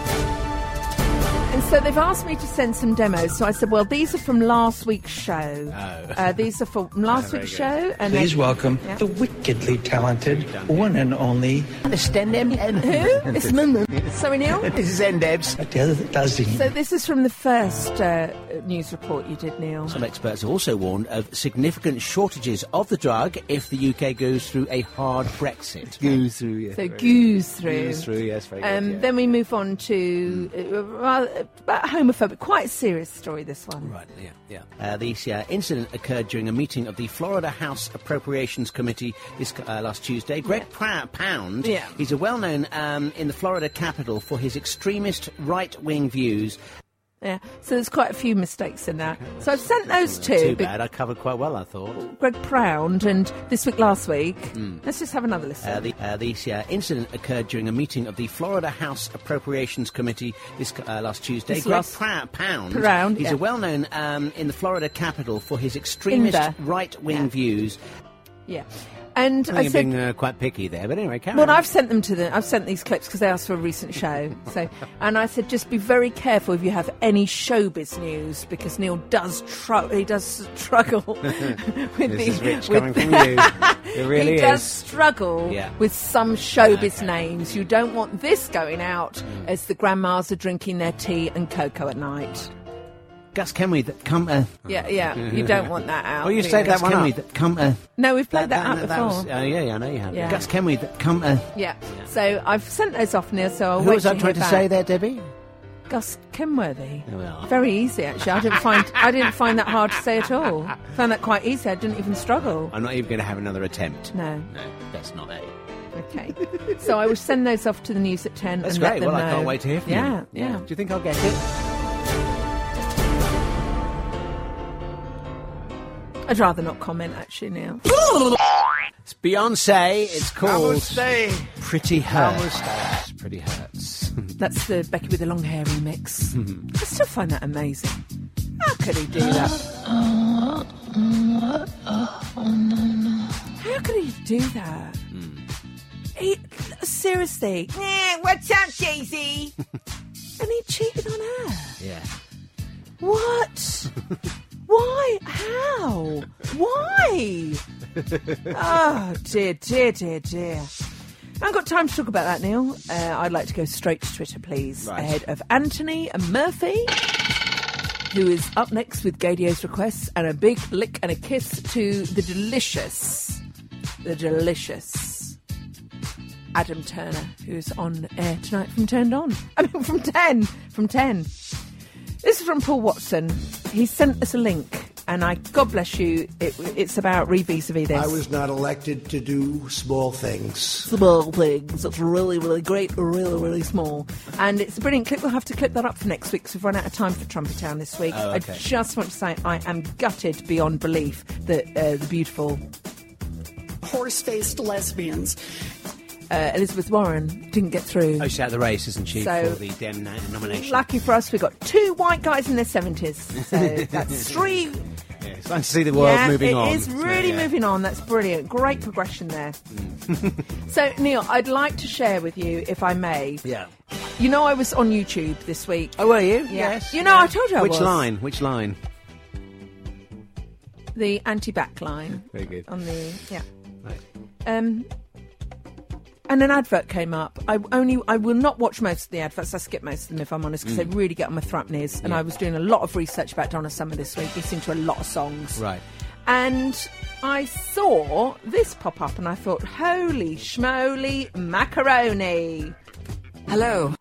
And so they've asked me to send some demos. So I said, well, these are from last week's show. Uh, these are from Oh. last very week's good. show. And Please they- welcome Yeah. the wickedly talented one and only. Understand them? Who? It's Mum. Sorry, Neil. This is Endebs. So this is from the first uh, news report you did, Neil. Some experts have also warned of significant shortages of the drug if the UK goes through a hard Brexit. Goes through, yeah. So goose through. Goose through, yes, very good, um, yeah. Mm. Then we move on to uh, rather, about homophobic. Quite a serious story, this one. Right, yeah, yeah. Uh, the uh, incident occurred during a meeting of the Florida House Appropriations Committee this uh, last Tuesday. Greg Prou- Pound, Yeah. he's a well-known um, in the Florida capital for his extremist right-wing views. Yeah. So there's quite a few mistakes in that. So I've sent those two. Too be- bad, I covered quite well, I thought. Greg Pround and this week last week. Mm. Let's just have another listen. Uh, the uh, the uh, incident occurred during a meeting of the Florida House Appropriations Committee this uh, last Tuesday. This Greg last- Prou- Pound, Pround, he's yeah. a well-known um, in the Florida capital for his extremist there. right-wing views. yeah. And I I, think you're said, being uh, quite picky there, but anyway, carry Well, on. I've sent them to them. I've sent these clips because they asked for a recent show. So, and I said, just be very careful if you have any showbiz news because Neil does tru- he does struggle with This these. is rich with coming from you. It really he does is. struggle Yeah. with some showbiz names. You don't want this going out Mm. as the grandmas are drinking their tea and cocoa at night. Gus Kenway that come. Uh, Yeah, yeah, you don't want that out. Oh, you do saved you? that one Kenway that come. Uh, No, we've played that, out before. was, uh, yeah, yeah, I know you have. Yeah. Gus Kenway that come. Uh, Yeah. So I've sent those off now. So I'll who wait was I to trying to hear say back. there, Debbie? Gus Kenworthy. Well, Very easy, actually. I didn't find I didn't find that hard to say at all. Found that quite easy. I didn't even struggle. I'm not even going to have another attempt. No. No, that's not it. Okay. So I will send those off to the news at ten. That's and Let great. them Well, I know. can't wait to hear from yeah, you. Yeah. Do you think I'll get it? I'd rather not comment actually now. It's Beyonce. It's called Namaste. Pretty Hurts. Namaste. Pretty Hurts. That's the Becky with the long hair remix. I still find that amazing. How could he do that? How could he do that? He, seriously. Yeah, what's up, Jay Z? and he cheated on her. yeah. What? Why? How? Why? oh, dear, dear, dear, dear. I haven't got time to talk about that, Neil. Uh, I'd like to go straight to Twitter, please, Right. ahead of Anthony Murphy, who is up next with Gadio's requests and a big lick and a kiss to the delicious, the delicious Adam Turner, who's on air tonight from Turned On. I mean, from 10, from 10. This is from Paul Watson. He sent us a link and I God bless you. It, it's about re vis a vis this. I was not elected to do small things. small things. It's really, really great, really, really small. And it's a brilliant clip. We'll have to clip that up for next week because we've run out of time for Trumpet Town this week. Oh, okay. I just want to say I am gutted beyond belief that uh, the beautiful horse faced lesbians. uh, Elizabeth Warren didn't get through. Oh, she's out of the race, isn't she, So- for the Dem na- nomination? Lucky for us, we got two white guys in their 70s. So that's three. Yeah, it's nice to see the world yeah, moving it on. is really moving on. That's brilliant. Great progression there. Mm. so, Neil, I'd like to share with you, if I may. Yeah. You know, I was on YouTube this week. Oh, were you? Yeah. Yes. You know, I told you I Which was. line? Which line? The anti-back line. Very good. On the yeah. Right. Um. And an advert came up. I only I will not watch most of the adverts. I skip most of them if I'm honest because Mm. they really get on my thrapneys. And Yeah. I was doing a lot of research about Donna Summer this week, listening to a lot of songs. Right. And I saw this pop up, and I thought, "Holy schmoly macaroni!" Hello.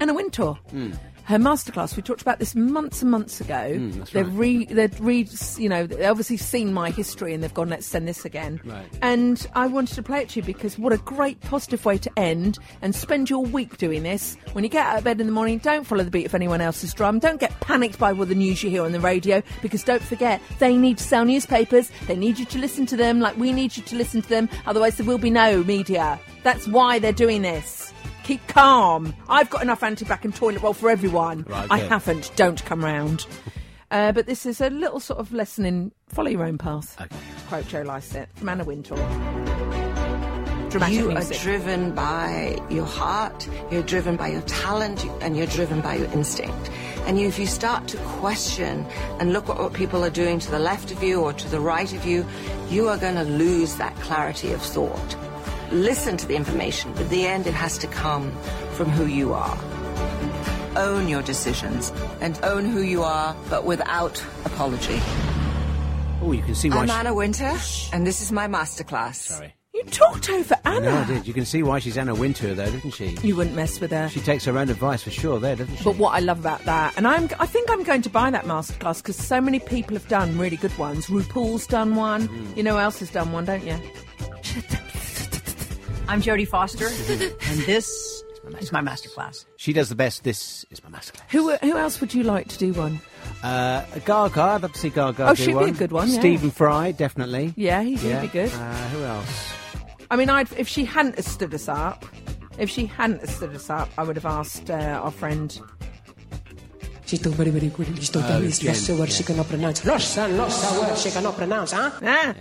Anna Wintour. Mm. Her masterclass, we talked about this months and months ago. Mm, that's they've right. re, they've re, you know, they've obviously seen my history and they've gone, let's send this again. Right. And I wanted to play it to you because what a great positive way to end and spend your week doing this. When you get out of bed in the morning, don't follow the beat of anyone else's drum. Don't get panicked by what the news you hear on the radio because don't forget, they need to sell newspapers. They need you to listen to them like we need you to listen to them. Otherwise, there will be no media. That's why they're doing this. Keep calm. I've got enough anti-back and toilet roll for everyone. Right, I good. haven't. Don't come round. Uh, but this is a little sort of lesson in follow your own path. Okay. Quote Joe Lycett from Anna Wintour. Dramatic you music. are driven by your heart, you're driven by your talent, and you're driven by your instinct. And you, if you start to question and look at what people are doing to the left of you or to the right of you, you are going to lose that clarity of thought. Listen to the information, but at the end, it has to come from who you are. Own your decisions and own who you are, but without apology. Oh, you can see why. I'm she- Anna Winter, and this is my masterclass. Sorry. You talked over Anna. No, I did. You can see why she's Anna Wintour, though, didn't she? You wouldn't mess with her. She takes her own advice for sure, there, doesn't she? But what I love about that, and I'm, I think I'm going to buy that masterclass because so many people have done really good ones. RuPaul's done one. Mm. You know who else has done one, don't you? I'm Jodie Foster, and this is my masterclass. She does the best. This is my masterclass. Who who else would you like to do one? Uh, Gaga, I'd love to see Gaga. Oh, do she'd be a one. good one, yeah. Stephen Fry, definitely. Yeah, he- he'd be good. Uh, who else? I mean, I'd, if she hadn't have stood us up, if she hadn't have stood us up, I would have asked uh, our friend. She took very, very good English. Don't Oh, Ah, tell me it's Jen, lost a word she cannot pronounce. Lost a, lost a word she cannot pronounce, huh? Ah.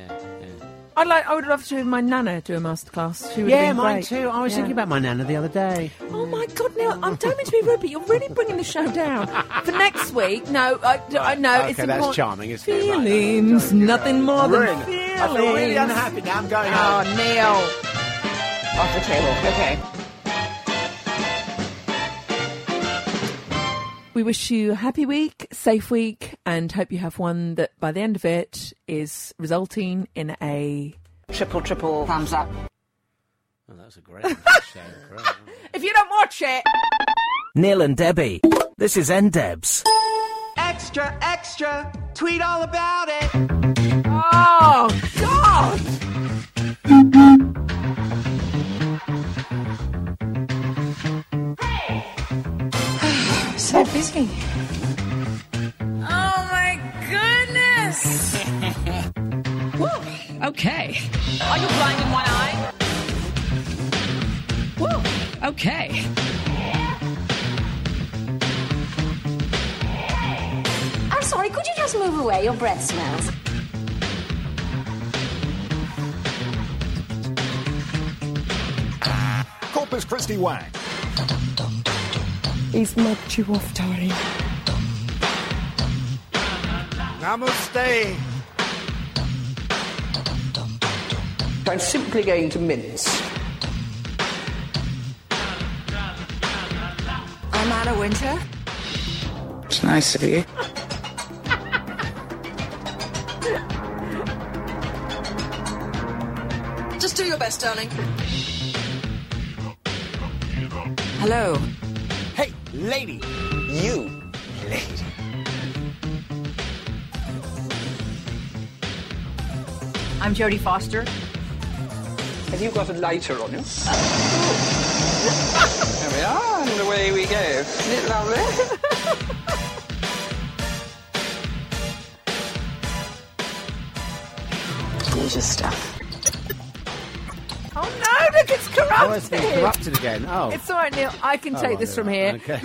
I'd like. I would love to have my nana do a masterclass. She would yeah, have been mine great. too. I was Yeah. thinking about my nana the other day. Oh my God, Neil! I don't mean to be rude, but you're really bringing the show down for next week. No, I, I know it's okay, that's important. charming, isn't it? Right. feelings, nothing more than Ruin. I feelings. feel really unhappy now. I'm going Oh, home. Neil! Off the table. Okay. We wish you a happy week, safe week, and hope you have one that by the end of it is resulting in a Triple, triple thumbs up. Oh, that was a great show. Great. If you don't watch it. Neil and Debbie, this is NDebs. Extra, extra. Tweet all about it. Oh, God! so busy. Oh my goodness! Woo! Okay. Are you blind in one eye? Woo! Okay. I'm sorry, could you just move away? Your breath smells. Corpus Christi Wang. Is not you off, darling? Namaste. I'm simply going to mince. I'm Anna Winter. It's nice of you. Just do your best, darling. Hello. Hey, lady. You, lady. I'm Jodie Foster. Have you got a lighter on you? There we are, and away we go. Isn't it lovely? Gorgeous stuff. Oh no, look, it's corrupted. Oh, it's been corrupted again. Oh. It's all right, Neil. I can Oh, take right, this from here. right, okay.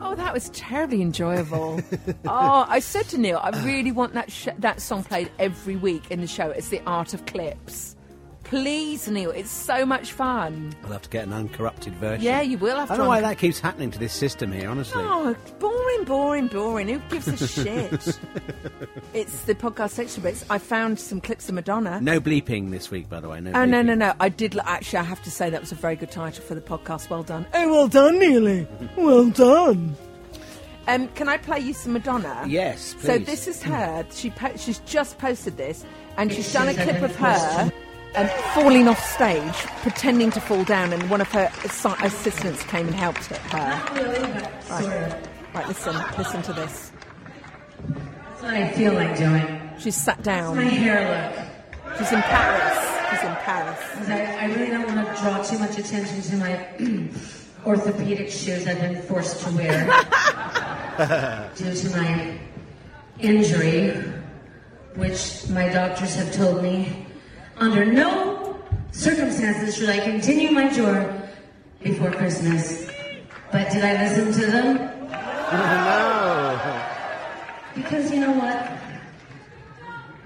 Oh, that was terribly enjoyable. oh, I said to Neil, I really want that sh- that song played every week in the show. It's the art of clips. Please, Neil, it's so much fun. I'll have to get an uncorrupted version. Yeah, you will have I to don't know why uncorrupt- that keeps happening to this system here, honestly. Oh, it's boring, boring, boring. Who gives a shit? it's the podcast extra bits. I found some clips of Madonna. No bleeping this week, by the way. No. Oh bleeping. no no no! I did li- actually. I have to say that was a very good title for the podcast. Well done. Oh, well done, Neely. well done. Um, can I play you some Madonna? Yes, So please. this is her. She po- she's just posted this, and she's done a clip of her um, falling off stage, pretending to fall down, and one of her assi- assistants came and helped her. Right, right. Listen, listen to this. That's what I feel like doing. She's sat down. What's my hair look. She's in Paris. She's in Paris. I, I really don't want to draw too much attention to my orthopedic shoes I've been forced to wear due to my injury, which my doctors have told me under no circumstances should I continue my tour before Christmas. But did I listen to them? no. Because you know what?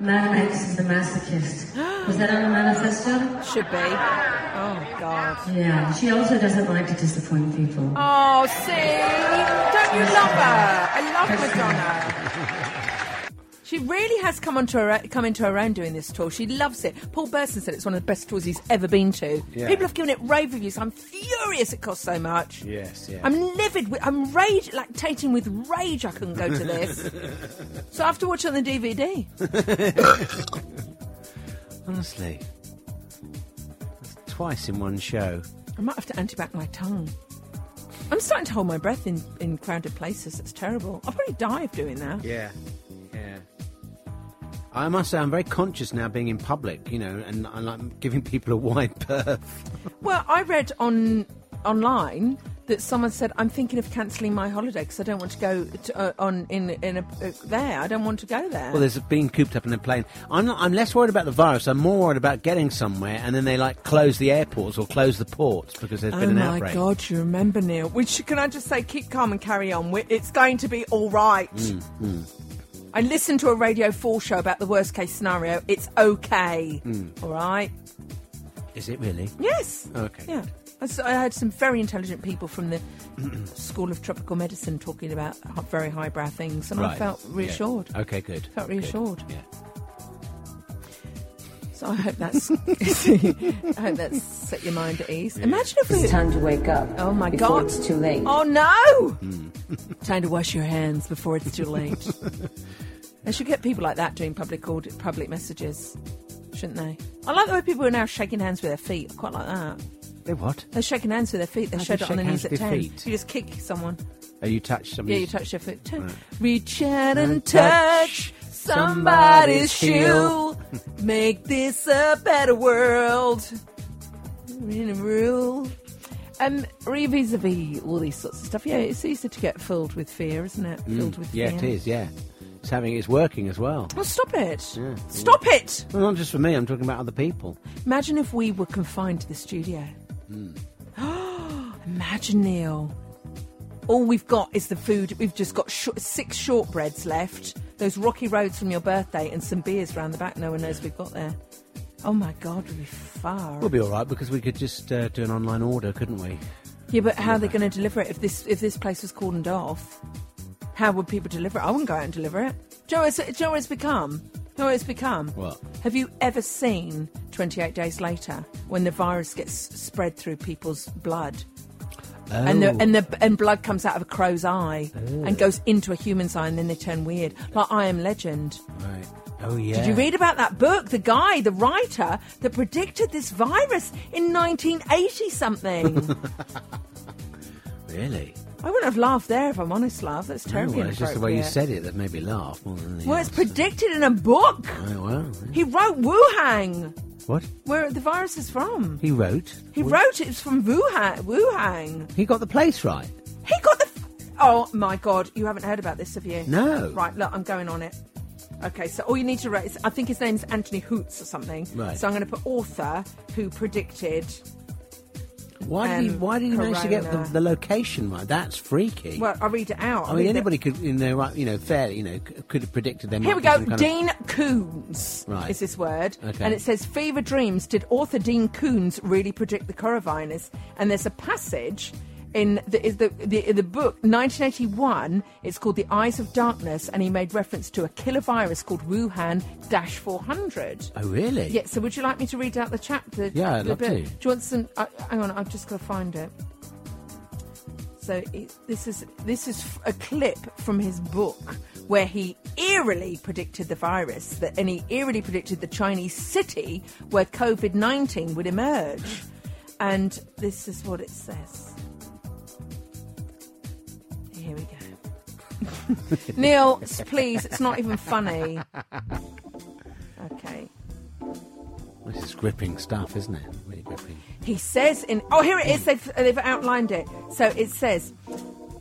Mad Max is the masochist. Was that on the manifesto? Should be. Oh, God. Yeah, she also doesn't like to disappoint people. Oh, see? Don't you love her? I love Madonna. She really has come onto her come into her own doing this tour. She loves it. Paul Burson said it's one of the best tours he's ever been to. Yeah. People have given it rave reviews. I'm furious it costs so much. Yes. Yeah. I'm livid. With, I'm rage, lactating with rage. I couldn't go to this. so I have to watch it on the DVD. Honestly, That's twice in one show. I might have to antibac my tongue. I'm starting to hold my breath in, in crowded places. That's terrible. I'll probably die of doing that. Yeah. Yeah. I must say, I'm very conscious now being in public, you know, and, and I'm giving people a wide berth. Well, I read on online that someone said I'm thinking of cancelling my holiday because I don't want to go to, uh, on in in a, uh, there. I don't want to go there. Well, there's being cooped up in a plane. I'm not, I'm less worried about the virus. I'm more worried about getting somewhere and then they like close the airports or close the ports because there's oh been an my outbreak. God, you remember Neil? Which can I just say, keep calm and carry on. we it's going to be all right. Mm, mm, I listened to a Radio Four show about the worst case scenario. It's okay. mm. All right. Is it really? Yes. Okay. Yeah. I s- I heard some very intelligent people from the School of Tropical Medicine talking about h- very highbrow things, and I Right. felt Yeah. reassured. Okay, good. Felt Good. reassured. Yeah. So I hope that's I hope that's set your mind at ease. Imagine if we It's time to wake up. Oh my before god, it's too late. Hmm. Oh no! time to wash your hands before it's too late. they should get people like that doing public audit, public messages, shouldn't they? I like the way people are now shaking hands with their feet. I quite like that. They what? They're shaking hands with their feet. They How do showed you it on the shake news hands at with your 10. feet? You just kick someone. Oh, you touched somebody. Yeah, you touch their foot too. Right. Reach out and And touch touch somebody's somebody's shoe. heel. Make this a better world. In a rule. Um, re vis a vis, all these sorts of stuff. Yeah, it's easy to get filled with fear, isn't it? Mm. Filled with yeah, fear. it is. Yeah, it's having it's working as well. Well, stop it. Yeah. Stop it. Well, not just for me. I'm talking about other people. Imagine if we were confined to the studio. Imagine, Neil. All we've got is the food. We've just got sh- six shortbreads left, those rocky roads from your birthday, and some beers round the back. No one knows we've got there. Oh my God, we'd be far. We'll be all right because we could just uh, do an online order, couldn't we? yeah, but how are they going to deliver it if this if this place was cordoned off? How would people deliver it? I wouldn't go out and deliver it. Joe, it's, Joe, it's become. Joe, it's become. What? Have you ever seen 28 Days Later when the virus gets spread through people's blood? And the, Oh. and the and blood comes out of a crow's eye Oh. and goes into a human's eye, and then they turn weird. Like I Am Legend. Right. Oh yeah. Did you read about that book? The guy, the writer that predicted this virus in 1980 something. Really? I wouldn't have laughed there if I'm honest, love. That's terribly well, it's just the way you inappropriate. said it that made me laugh more than anything Well, it's predicted in a book. else. Oh, well. He wrote Wuhan, What? where the virus is from. He wrote. He wrote it's from Wuhan. Wuhan. He got the place right. He got the. F- oh my god! You haven't heard about this, have you? No. Right. Look, I'm going on it. Okay, so all you need to write is I think his name's Anthony Hoots or something. Right. So I'm going to put author who predicted. Why did he, Um, why did he manage to get the, corona. the location right? That's freaky. Well, I'll read it out. I mean, I'll read it- anybody could, you know, right, you know, fairly, you know, c- could have predicted them. Here we go. Dean Coons Right. is this word. Okay. And it says, Fever Dreams. Did author Dean Coons really predict the coronavirus? And there's a passage in the, is the, the, in the book, 1981. It's called The Eyes of Darkness. And he made reference to a killer virus called Wuhan Dash 400. Oh, really? Yeah, so would you like me to read out the chapter? Yeah, I'd the love bit? to. Do you want some? Uh, hang on, I've just got to find it. So it, this is this is f- a clip from his book where he eerily predicted the virus that, and he eerily predicted the Chinese city where COVID nineteen would emerge, and this is what it says. Here we go. Neil, s- please, it's not even funny. Okay. This is gripping stuff, isn't it? Really gripping. He says in oh here it is they've, they've outlined it. So it says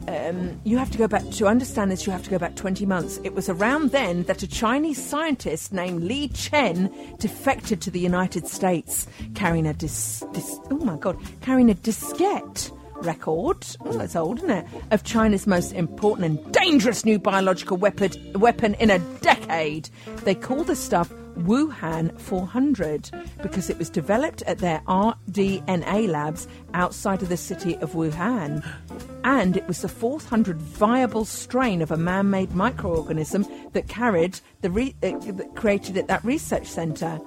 um, you have to go back to understand this. You have to go back 20 months. It was around then that a Chinese scientist named Li Chen defected to the United States, carrying a dis, dis oh my god, carrying a diskette record. Oh, that's old, isn't it? Of China's most important and dangerous new biological weapon weapon in a decade. They call the stuff Wuhan 400 because it was developed at their RDNA labs outside of the city of Wuhan. And it was the 400 viable strain of a man made microorganism that carried the re- uh, that created at that research centre.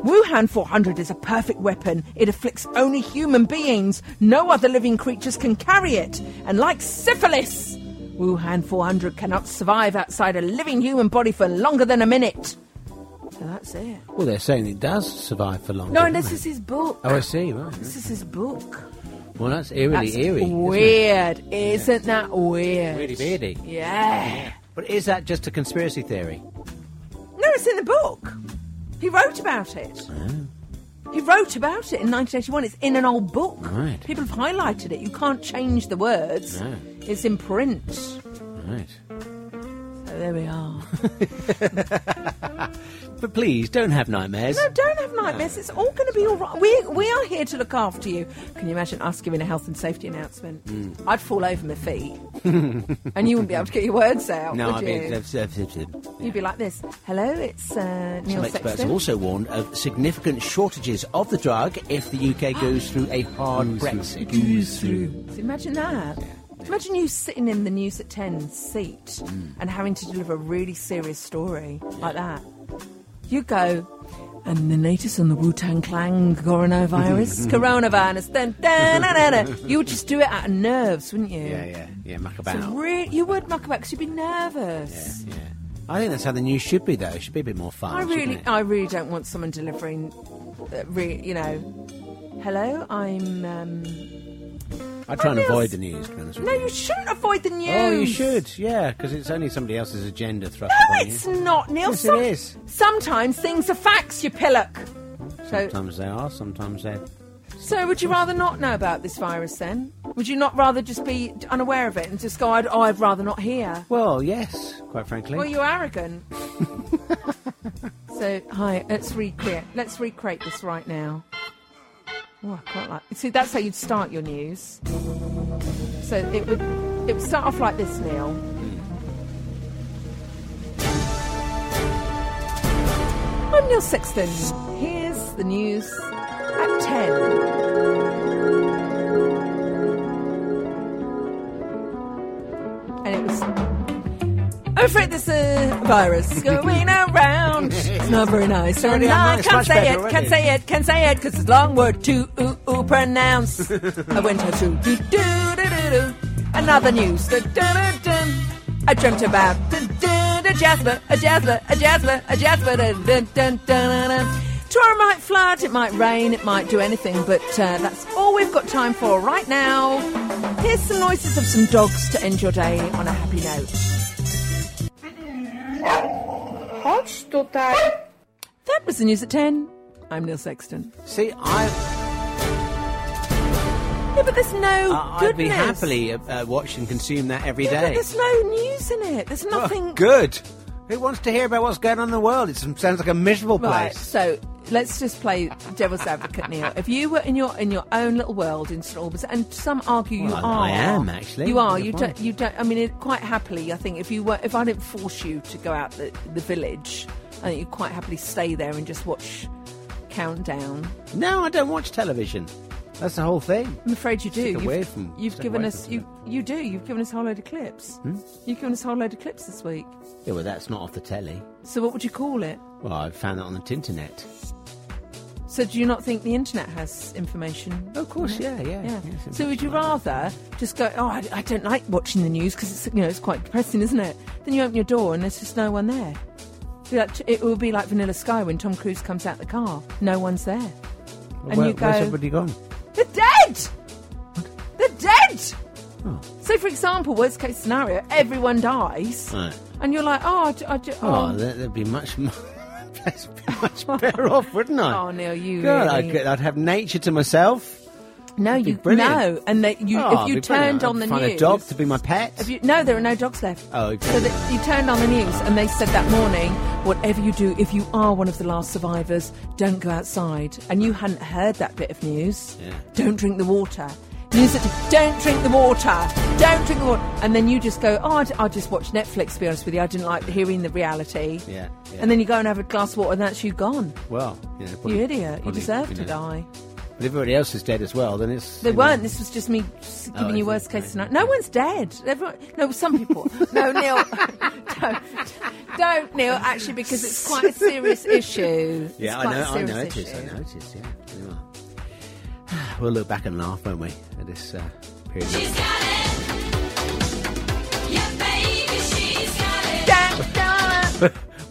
Wuhan 400 is a perfect weapon. It afflicts only human beings. No other living creatures can carry it. And like syphilis, Wuhan 400 cannot survive outside a living human body for longer than a minute. So that's it. Well, they're saying it does survive for long. No, don't and this they? is his book. Oh, I see. Right. This is his book. Well, that's eerily That's eerie. isn't it? Weird. Isn't, that weird? Really beardy. Yeah. But is that just a conspiracy theory? No, it's in the book. He wrote about it. He wrote about it in 1981. It's in an old book. Oh. Right. People have highlighted it. You can't change the words. No. It's in print. So Right. there we are. But please don't have nightmares. No, don't have nightmares. It's all going to be all right. We, we are here to look after you. Can you imagine us giving a health and safety announcement? Mm. I'd fall over my feet. and you wouldn't be able to get your words out. No, would I you? mean, they've- they've- they've- You'd be like this. Hello, it's uh, Neil some experts Sexton. have also warned of significant shortages of the drug if the UK goes through a hard Brexit. So imagine that. Imagine you sitting in the News at 10 seat and having to deliver a really serious story like that. You go, and the latest on the Wu Tang Clan coronavirus, coronavirus, then, da, na, na, na. You would just do it out of nerves, wouldn't you? Yeah, yeah, yeah. Muck about. So re- you would muck about because you'd be nervous. Yeah. I think that's how the news should be, though. It should be a bit more fun. I really, shouldn't it? I really don't want someone delivering, uh, re- you know, hello, I'm. Um, I try and I feel avoid s- the news. To be honest with no, you shouldn't avoid the news. Oh, you should, yeah, because it's only somebody else's agenda thrust No, upon it's you. not, Neil. Yes, it Some- is. Sometimes things are facts, you pillock. So, Sometimes they are, sometimes they're. so would you rather not know about this virus then? Would you not rather just be unaware of it and just go, I'd, oh, I'd rather not hear? Well, yes, quite frankly. Well, you're arrogant. so, hi, let's recreate. Let's recreate this right now. Oh, I quite like. See, that's how you'd start your news. So it would, it would start off like this, Neil. I'm Neil Sexton. Here's the news at ten. And it was I'm afraid there's a virus going around. It's not very nice. already And I online. It's can't much say better it, already. can't say it, can't say it, because it's a long word to ooh, ooh, pronounce. I went out to do do do do do. Another news. Da, da, da, da. I dreamt about da, da, da, Jasper, a Jasper, a Jasper, a Jasper. Da, da, da, da, da, da. Tomorrow might flood, it might rain, it might do anything, but uh, that's all we've got time for right now. Here's some noises of some dogs to end your day on a happy note. Chodź tutaj. That was the news at 10. I'm Neil Sexton. See, I, Yeah, but there's no I'd be Oh, goodness. happily uh, uh, watched and consumed that every day. Yeah, but there's no news in it. There's Oh, nothing. good. Who wants to hear about what's going on in the world? It sounds like a miserable Right. place. So let's just play devil's advocate, Neil. If you were in your in your own little world in St Albans, and some argue you Well, are, I am, actually. You are. You're You fine. don't. You don't. I mean, it, quite happily, I think if you were, if I didn't force you to go out the, the village, I think you'd quite happily stay there and just watch Countdown. No, I don't watch television. That's the whole thing. I'm afraid you do. Stick you've away from- you've stick given away us from you you do. You've given us a whole load of clips. Hmm? You've given us a whole load of clips this week. Yeah, well, that's not off the telly. So what would you call it? Well, I found that on the Tinternet. So do you not think the internet has information? Of course, yeah, yeah, yes, so would you rather just go? Oh, I, I don't like watching the news because it's you know it's quite depressing, isn't it? Then you open your door and there's just no one there. Be like- it will be like Vanilla Sky when Tom Cruise comes out the car. No one's there, and Where- you Where's go. everybody gone? They're dead. They're dead. Oh. So, for example, worst case scenario, everyone dies, Right. and you're like, oh, I ju- I ju- Oh, oh. that, that'd be much, more- that's be much better off, wouldn't I? Oh, Neil, you God, really- I'd, get- I'd have nature to myself. no, It'd be you brilliant. no, and that you Oh, if you it'd be brilliant. turned on the I'd find news, a dog to be my pet. If you, no, there are no dogs left. Oh, okay. So that you turned on the news and they said that morning, whatever you do, if you are one of the last survivors, don't go outside. And you hadn't heard that bit of news. Yeah. Don't drink the water. News that don't drink the water. Don't drink the water. And then you just go, oh, I, d- I just watch Netflix, to be honest with you. I didn't like hearing the reality. Yeah, yeah. And then you go and have a glass of water and that's you gone. Well, you know, you probably- idiot. You probably, deserve to know. die. But if everybody else is dead as well, then it's. They you know, weren't. This was just me s- Oh, giving I you see. worst case scenario. No one's dead. Everyone, no, some people. No, Neil, don't, don't, Neil. Actually, because it's quite a serious issue. It's Yeah, I quite know, a I serious know it is. I issue. know it is. Yeah, you are. We'll look back and laugh, won't we, at this uh, period?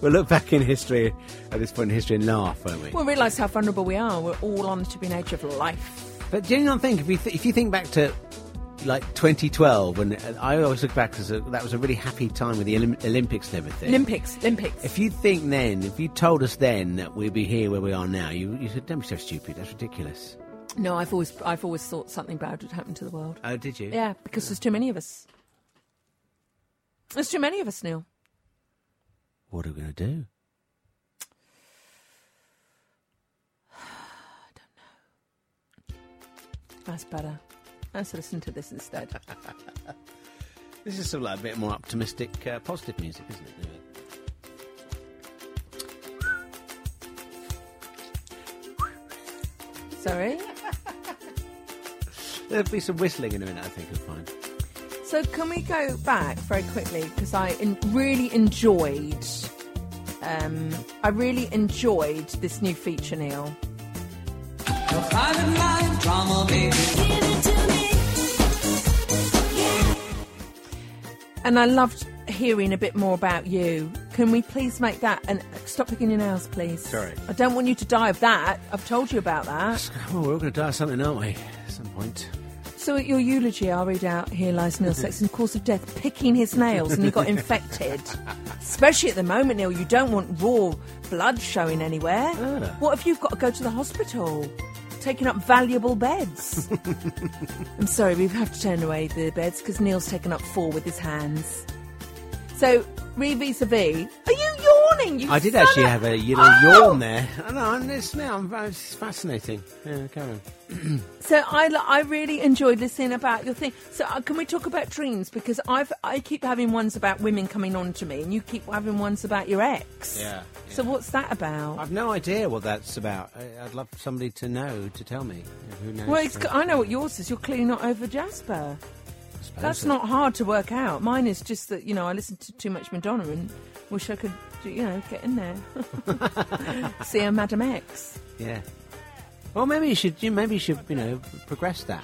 we'll look back in history at this point in history and laugh, won't we? We'll realise how vulnerable we are. We're all on the tipping edge of life. But do you not think if you th- if you think back to like 2012, when uh, I always look back as a, that was a really happy time with the Olymp- Olympics and everything. Olympics, Olympics. If you think then, if you told us then that we'd be here where we are now, you, you said, "Don't be so stupid. That's ridiculous." No, I've always, I've always thought something bad would happen to the world. Oh, did you? Yeah, because there's too many of us. There's too many of us, Neil. What are we going to do? That's better. Let's listen to this instead. This is sort of like a bit more optimistic, uh, positive music, isn't it? Sorry. There'll be some whistling in a minute. I think we'll find. So can we go back very quickly because I en- really enjoyed, um, I really enjoyed this new feature, Neil. And I loved hearing a bit more about you. Can we please make that and stop picking your nails, please? Sorry. I don't want you to die of that. I've told you about that. Oh, we're all going to die of something, aren't we? At some point. So at your eulogy, I'll read out here lies Neil Sexton, cause of death, picking his nails, and he got infected. Especially at the moment, Neil, you don't want raw blood showing anywhere. Ah. What if you've got to go to the hospital? Taking up valuable beds. I'm sorry, we have to turn away the beds because Neil's taken up four with his hands. So, re vis a vis, are you yawning? You I did son actually of- have a little Oh! yawn there. I know, and it's now it's fascinating. Yeah, Karen. So I, li- I really enjoyed listening about your thing. So uh, can we talk about dreams? Because I've I keep having ones about women coming on to me, and you keep having ones about your ex. Yeah, So what's that about? I've no idea what that's about. I- I'd love somebody to know to tell me. Who knows? well, it's, I know what yours is. You're clearly not over Jasper. suppose That's so. not hard to work out. Mine is just that you know I listen to too much Madonna and wish I could you know get in there, see a Madam X. Yeah. Well, maybe you should. You maybe you should. You know, progress that.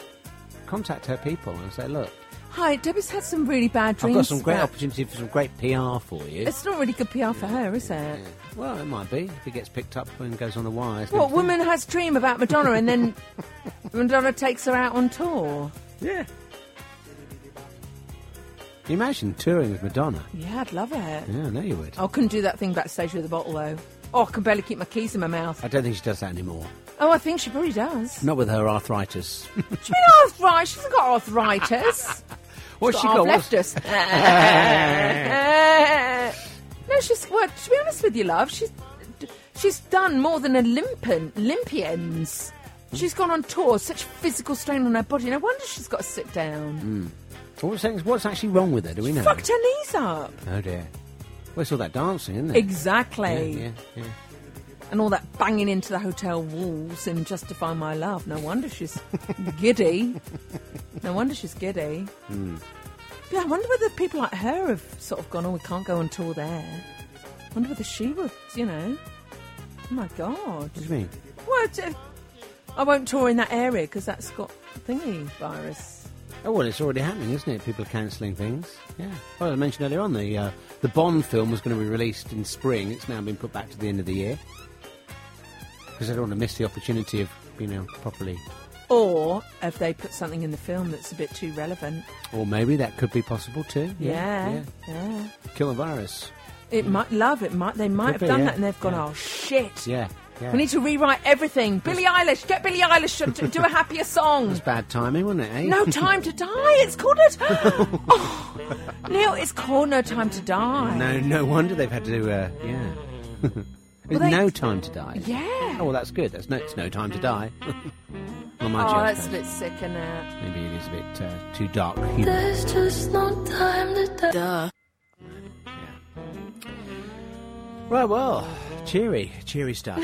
Contact her people and say, look, Hi, Debbie's had some really bad I've dreams. got some great about- opportunity for some great PR for you. It's not really good PR for her, is it? Well, it might be if it gets picked up and goes on the wires. What woman has dream about Madonna and then Madonna takes her out on tour? Yeah. Can you imagine touring with Madonna? Yeah, I'd love it. Yeah, I know you would. I couldn't do that thing backstage with a bottle though. Oh, I can barely keep my keys in my mouth. I don't think she does that anymore. Oh, I think she probably does. Not with her arthritis. She's arthritis. She's got arthritis. What's She's she got? half What's- leftus. no, she's. Well, to be honest with you, love, she's she's done more than Olympian Olympians. Hmm. She's gone on tour. Such physical strain on her body. No wonder she's got to sit down. Mm. What's, what's actually wrong with her? Do we know? Fucked her knees up. Oh dear. Well, it's all that dancing, isn't it? Exactly. Yeah, yeah, yeah. And all that banging into the hotel walls and justify my love. No wonder she's giddy. No wonder she's giddy. Hmm. Yeah, I wonder whether people like her have sort of gone, oh, we can't go on tour there. I wonder whether she was, you know. Oh my God. What do you mean? What? uh, I won't tour in that area because that's got thingy virus. Oh well, it's already happening, isn't it? People are cancelling things. Yeah. Well, I mentioned earlier on the uh, the Bond film was going to be released in spring. It's now been put back to the end of the year because I don't want to miss the opportunity of you know properly. Or have they put something in the film that's a bit too relevant? Or maybe that could be possible too. Yeah, yeah. yeah. Kill the virus. It might love it. Might they could might have be, done yeah, that and they've gone, yeah. oh shit. Yeah. Yeah. We need to rewrite everything. Billie Eilish, get Billie Eilish to do a happier song. It's bad timing, wasn't it? Eh? No Time to Die. It's called it. Oh, Neil, it's called No Time to Die. No, no wonder they've had to. Uh, yeah. With they- no time to die. Yeah. Oh well, that's good. That's no. It's no time to die. oh, mind Oh, you, I that's a suppose. bit sick, isn't it? Maybe it is a bit uh, too dark. Humor. There's just no time to die. Right, well, cheery, cheery stuff.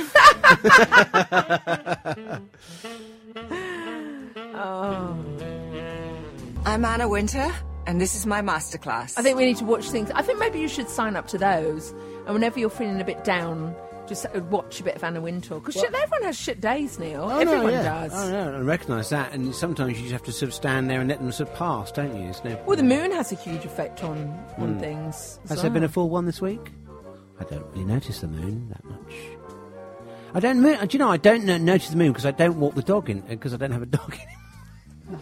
Oh. I'm Anna Winter, and this is my masterclass. I think we need to watch things. I think maybe you should sign up to those. And whenever you're feeling a bit down, just uh, watch a bit of Anna Wintour. Because everyone has shit days, Neil. Oh, no, everyone yeah. does. Oh, no, I recognise that, and sometimes you just have to sort of stand there and let them sort of pass, don't you? There's no- Well, the moon has a huge effect on, on Mm. things. as Has there been a well. full one this week? I don't really notice the moon that much. I don't. Mo- do you know? I don't no- notice the moon because I don't walk the dog in because I don't have a dog in.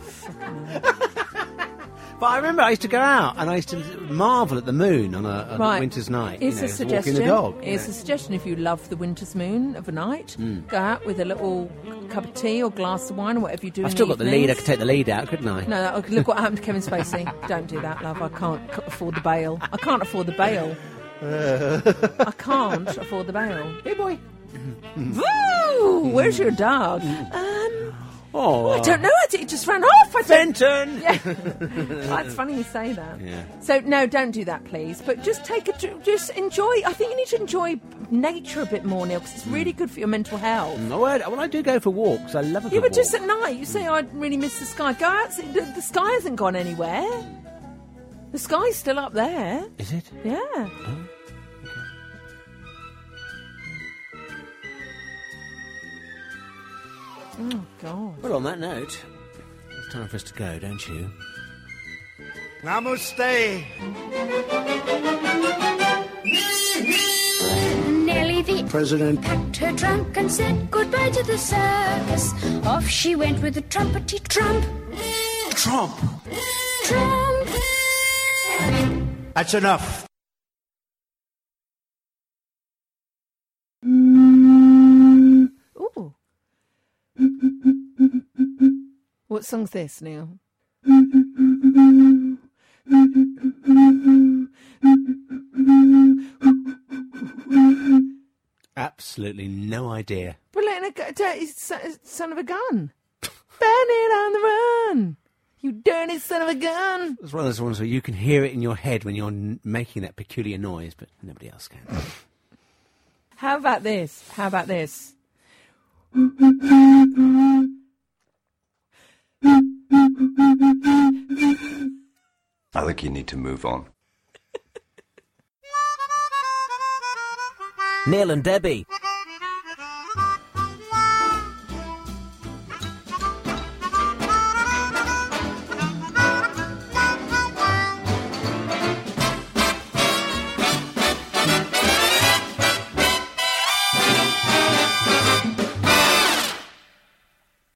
But I remember I used to go out and I used to marvel at the moon on a, on a Right. winter's night. Here's you know, a just suggestion. Walking the dog. you Here's know. a suggestion if you love the winter's moon of a night. Mm. Go out with a little cup of tea or glass of wine or whatever you do. I've in still got the lead. I evenings. could take the lead out, couldn't I? No, that- look what happened to Kevin Spacey. Don't do that, love. I can't c- afford the bail. I can't afford the bail. I can't afford the bail. Hey, boy. Woo! Where's your dog? Hmm. Um, oh, I don't know. I think It just ran off. I don't- Fenton. Yeah. That's funny you say that. Yeah. So no, don't do that, please. But just take a, dr- just enjoy. I think you need to enjoy nature a bit more, Neil, because it's really good for your mental health. No, I, well, I do go for walks. I love a Yeah, good but walk. just at night, you say, I really miss the sky. Go out, see- the, the sky hasn't gone anywhere. The sky's still up there. Is it? Yeah. Oh, God. Well, on that note, it's time for us to go, don't you? Namaste. Nellie the President packed her trunk and said goodbye to the circus. Off she went with the trumpety trump. Trump. Trump. That's enough. Ooh. What song's this, Neil? Absolutely no idea. We're letting a gu- dirty s- son of a gun. Burn it on the run. You dirty son of a gun. It's one of those ones where you can hear it in your head when you're n- making that peculiar noise, but nobody else can. How about this? How about this? I think you need to move on. Neil and Debbie.